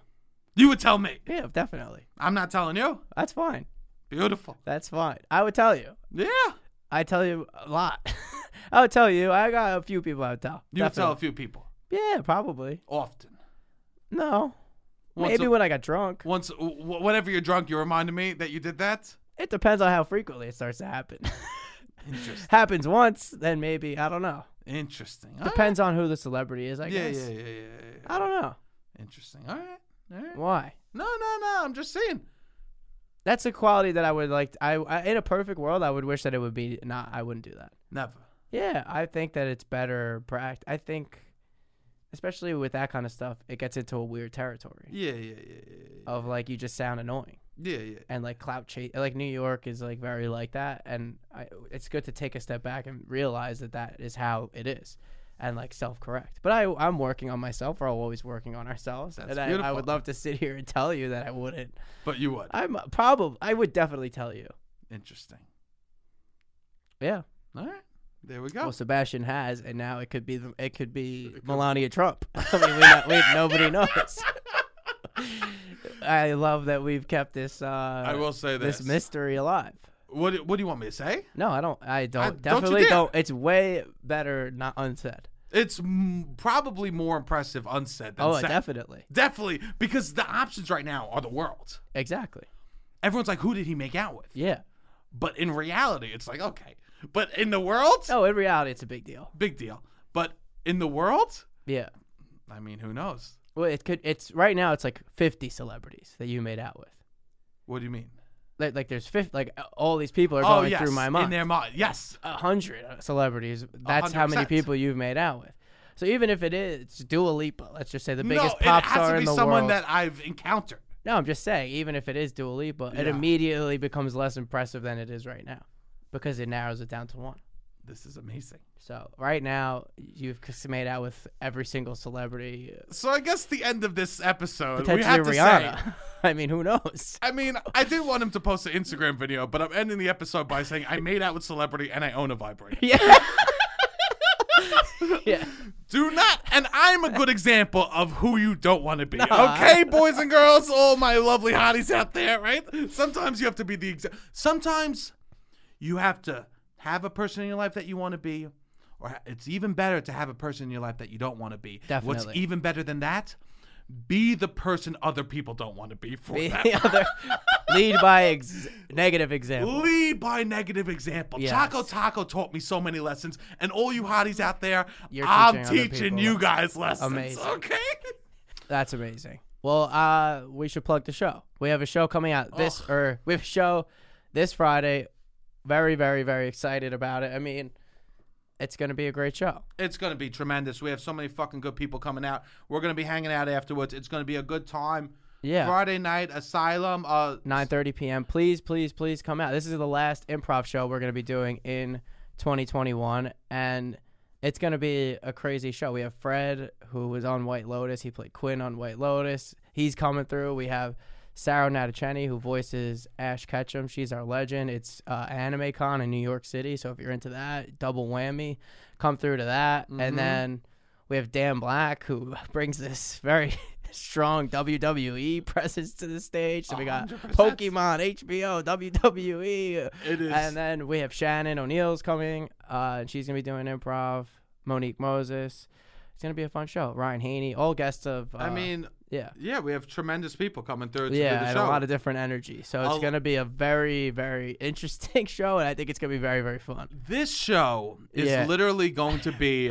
You would tell me.
Yeah, definitely.
I'm not telling you.
That's fine.
Beautiful.
That's fine. I would tell you.
Yeah.
I tell you a lot. I would tell you. I got a few people I would tell.
You would tell a
Definitely.
few people
Yeah, probably.
often.
No.
Once
Maybe
a-
when I got drunk.
Once, wh- whenever you're drunk, you reminded me that you did that.
It depends on how frequently it starts to happen.
Interesting.
Happens once, then maybe I don't know.
Interesting. All right.
Depends on who the celebrity is, I
Uh, Yeah,
guess.
yeah, yeah, yeah, yeah, yeah.
I don't know.
Interesting. All right. All right.
Why?
No, no, no. I'm just saying.
That's a quality that I would like. I, I in a perfect world, I would wish that it would be not. I wouldn't do that.
Never.
Yeah, I think that it's better practice. I think, especially with that kind of stuff, it gets into a weird territory
Yeah, yeah, yeah, yeah,
of like you just sound annoying
yeah. Yeah, yeah.
and like clout chase. Like New York is like very like that, and I, it's good to take a step back and realize that that is how it is, and like self correct. But I I'm working on myself. We're always working on ourselves,
That's
and I, I
beautiful.
would love to sit here and tell you that I wouldn't.
But you would.
I'm probably I would definitely tell you.
Interesting.
Yeah.
All right. There we go.
Well, Sebastian has, and now it could be the, it could be Melania Trump. I mean, we, not, we nobody knows. I love that we've kept this. Uh,
I will say this.
this mystery alive.
what do- What do you want me to say?
No, I don't. I don't.
don't you
definitely
dare.
don't. It's way better not unsaid.
It's m- probably more impressive unsaid than
oh,
said.
definitely.
Definitely, because the options right now are the world.
Exactly.
Everyone's like, "Who did he make out with?"
Yeah.
But in reality, it's like, okay. But in the world,
Oh, in reality, it's a big deal.
big deal. But in the world,
Yeah.
I mean, who knows?
Well, it could. It's right now. It's like fifty celebrities that you made out with.
What do you mean?
Like, like there's fifty. Like all these people are
oh,
going
yes,
through my
In
mind.
their mind, yes.
a hundred celebrities. That's how many
100%.
people you've made out with. So even if it is Dua Lipa, let's just say the biggest
no,
pop
it has
star
to be
in the
someone
world.
that I've encountered.
no, I'm just saying, even if it is Dua Lipa, it
Yeah.
immediately becomes less impressive than it is right now, because it narrows it down to one.
This is amazing.
So right now, you've c- made out with every single celebrity,
So I guess the end of this episode, we
potentially
have to
Rihanna.
say.
I mean, who knows?
I mean, I did want him to post an Instagram video, but I'm ending the episode by saying I made out with celebrity and I own a vibrator.
Yeah. yeah.
Do not, and I'm a good example of who you don't want to be.
Nah.
Okay, boys and girls, all my lovely hotties out there, right? Sometimes you have to be the exa- Sometimes you have to have a person in your life that you want to be, or ha- it's even better to have a person in your life that you don't want to be. What's
Definitely.
even better than that? Be the person other people don't want to be for them.
The other lead by ex- negative example.
Lead by negative example.
Yes.
Choco Taco taught me so many lessons, and all you hotties out there,
You're
I'm
teaching other
teaching
people
you
lessons.
guys lessons.
Amazing.
Okay.
That's amazing. Well, uh, we should plug the show. We have a show coming
Oh.
out this or we have a show this Friday. Very, very, very excited about it. I mean, it's gonna be a great show.
It's gonna be tremendous. We have so many fucking good people coming out. We're gonna be hanging out afterwards. It's gonna be a good time.
Yeah.
Friday night, Asylum. Uh,
9:30 p.m. Please, please, please come out. This is the last improv show we're going to be doing in 2021 and it's going to be a crazy show. We have Fred who was on White Lotus. He played Quinn on White Lotus. He's coming through. We have Sarah Natacheni who voices Ash Ketchum. She's our legend. It's uh, AnimeCon in New York City, so if you're into that, double whammy, come through to that. And then we have Dan Black who brings this very strong WWE presence to the stage. So we got
100%.
Pokemon, HBO, WWE.
It is-
E. And then we have Shannon O'Neill's coming, uh, and she's gonna be doing improv. Monique Moses. It's gonna be a fun show. Ryan Haney, all guests of. Uh,
I mean,
yeah.
yeah, we have tremendous people coming through. To
Yeah,
do the
and
show.
a lot of different energy. So it's
I'll-
going to be a very, very interesting show, and I think it's going to be very, very fun.
this show is
Yeah.
literally going to be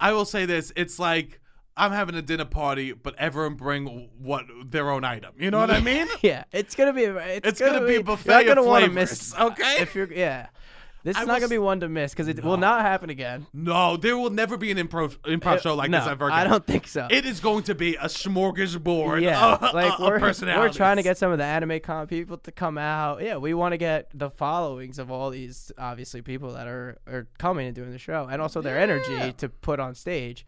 I will say this, it's like I'm having a dinner party, but everyone bring what their own item. You know what I mean?
Yeah, it's going to be. It's,
It's gonna
gonna
be
be
buffet
You're
of
not gonna wanna
flavors,
miss.
okay?
If you're, yeah, this
I
is
will
not going
s-
to be one to miss because it will not happen again.
No, there will never be an improv improv show like
Uh, no,
this ever. Again.
I don't think so.
It is going to be a smorgasbord.
yeah,
of,
like
of
we're we're
personalities.
trying to get some of the anime con people to come out. Yeah, we want to get the followings of all these obviously people that are are coming and doing the show, and also their
Yeah.
energy to put on stage.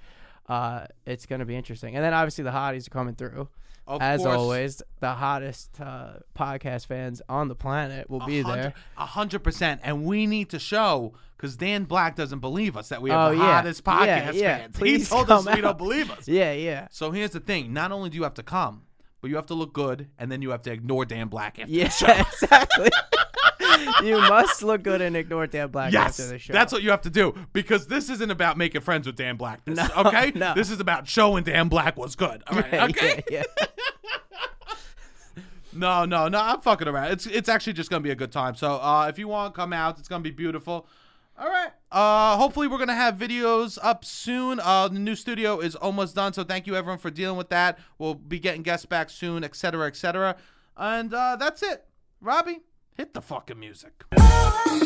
Uh, it's gonna be interesting, and then obviously the hotties are coming through.
Of
As
course.
always, the hottest uh, podcast fans on the planet will be
Hundred-
there.
a hundred percent, and we need to show because Dan Black doesn't believe us that we
Oh,
have the
yeah.
hottest podcast
Yeah, yeah.
fans. he
Please
told us
come
we don't
out.
believe us.
Yeah, yeah,
So here's the thing: not only do you have to come, but you have to look good, and then you have to ignore Dan Black after
Yeah,
the show.
exactly. you must look good and ignore Dan Black
Yes,
after the show.
that's what you have to do because this isn't about making friends with Dan Black. This, okay,
no.
this is about showing Dan Black was good. All right, okay.
yeah,
No, no, no. I'm fucking around. It's it's actually just gonna be a good time. So uh, if you want, come out. It's gonna be beautiful. All right. Uh, hopefully we're gonna have videos up soon. Uh, the new studio is almost done. So thank you everyone for dealing with that. We'll be getting guests back soon, et cetera, et cetera. And uh, that's it. Robbie, hit the fucking music.
Thank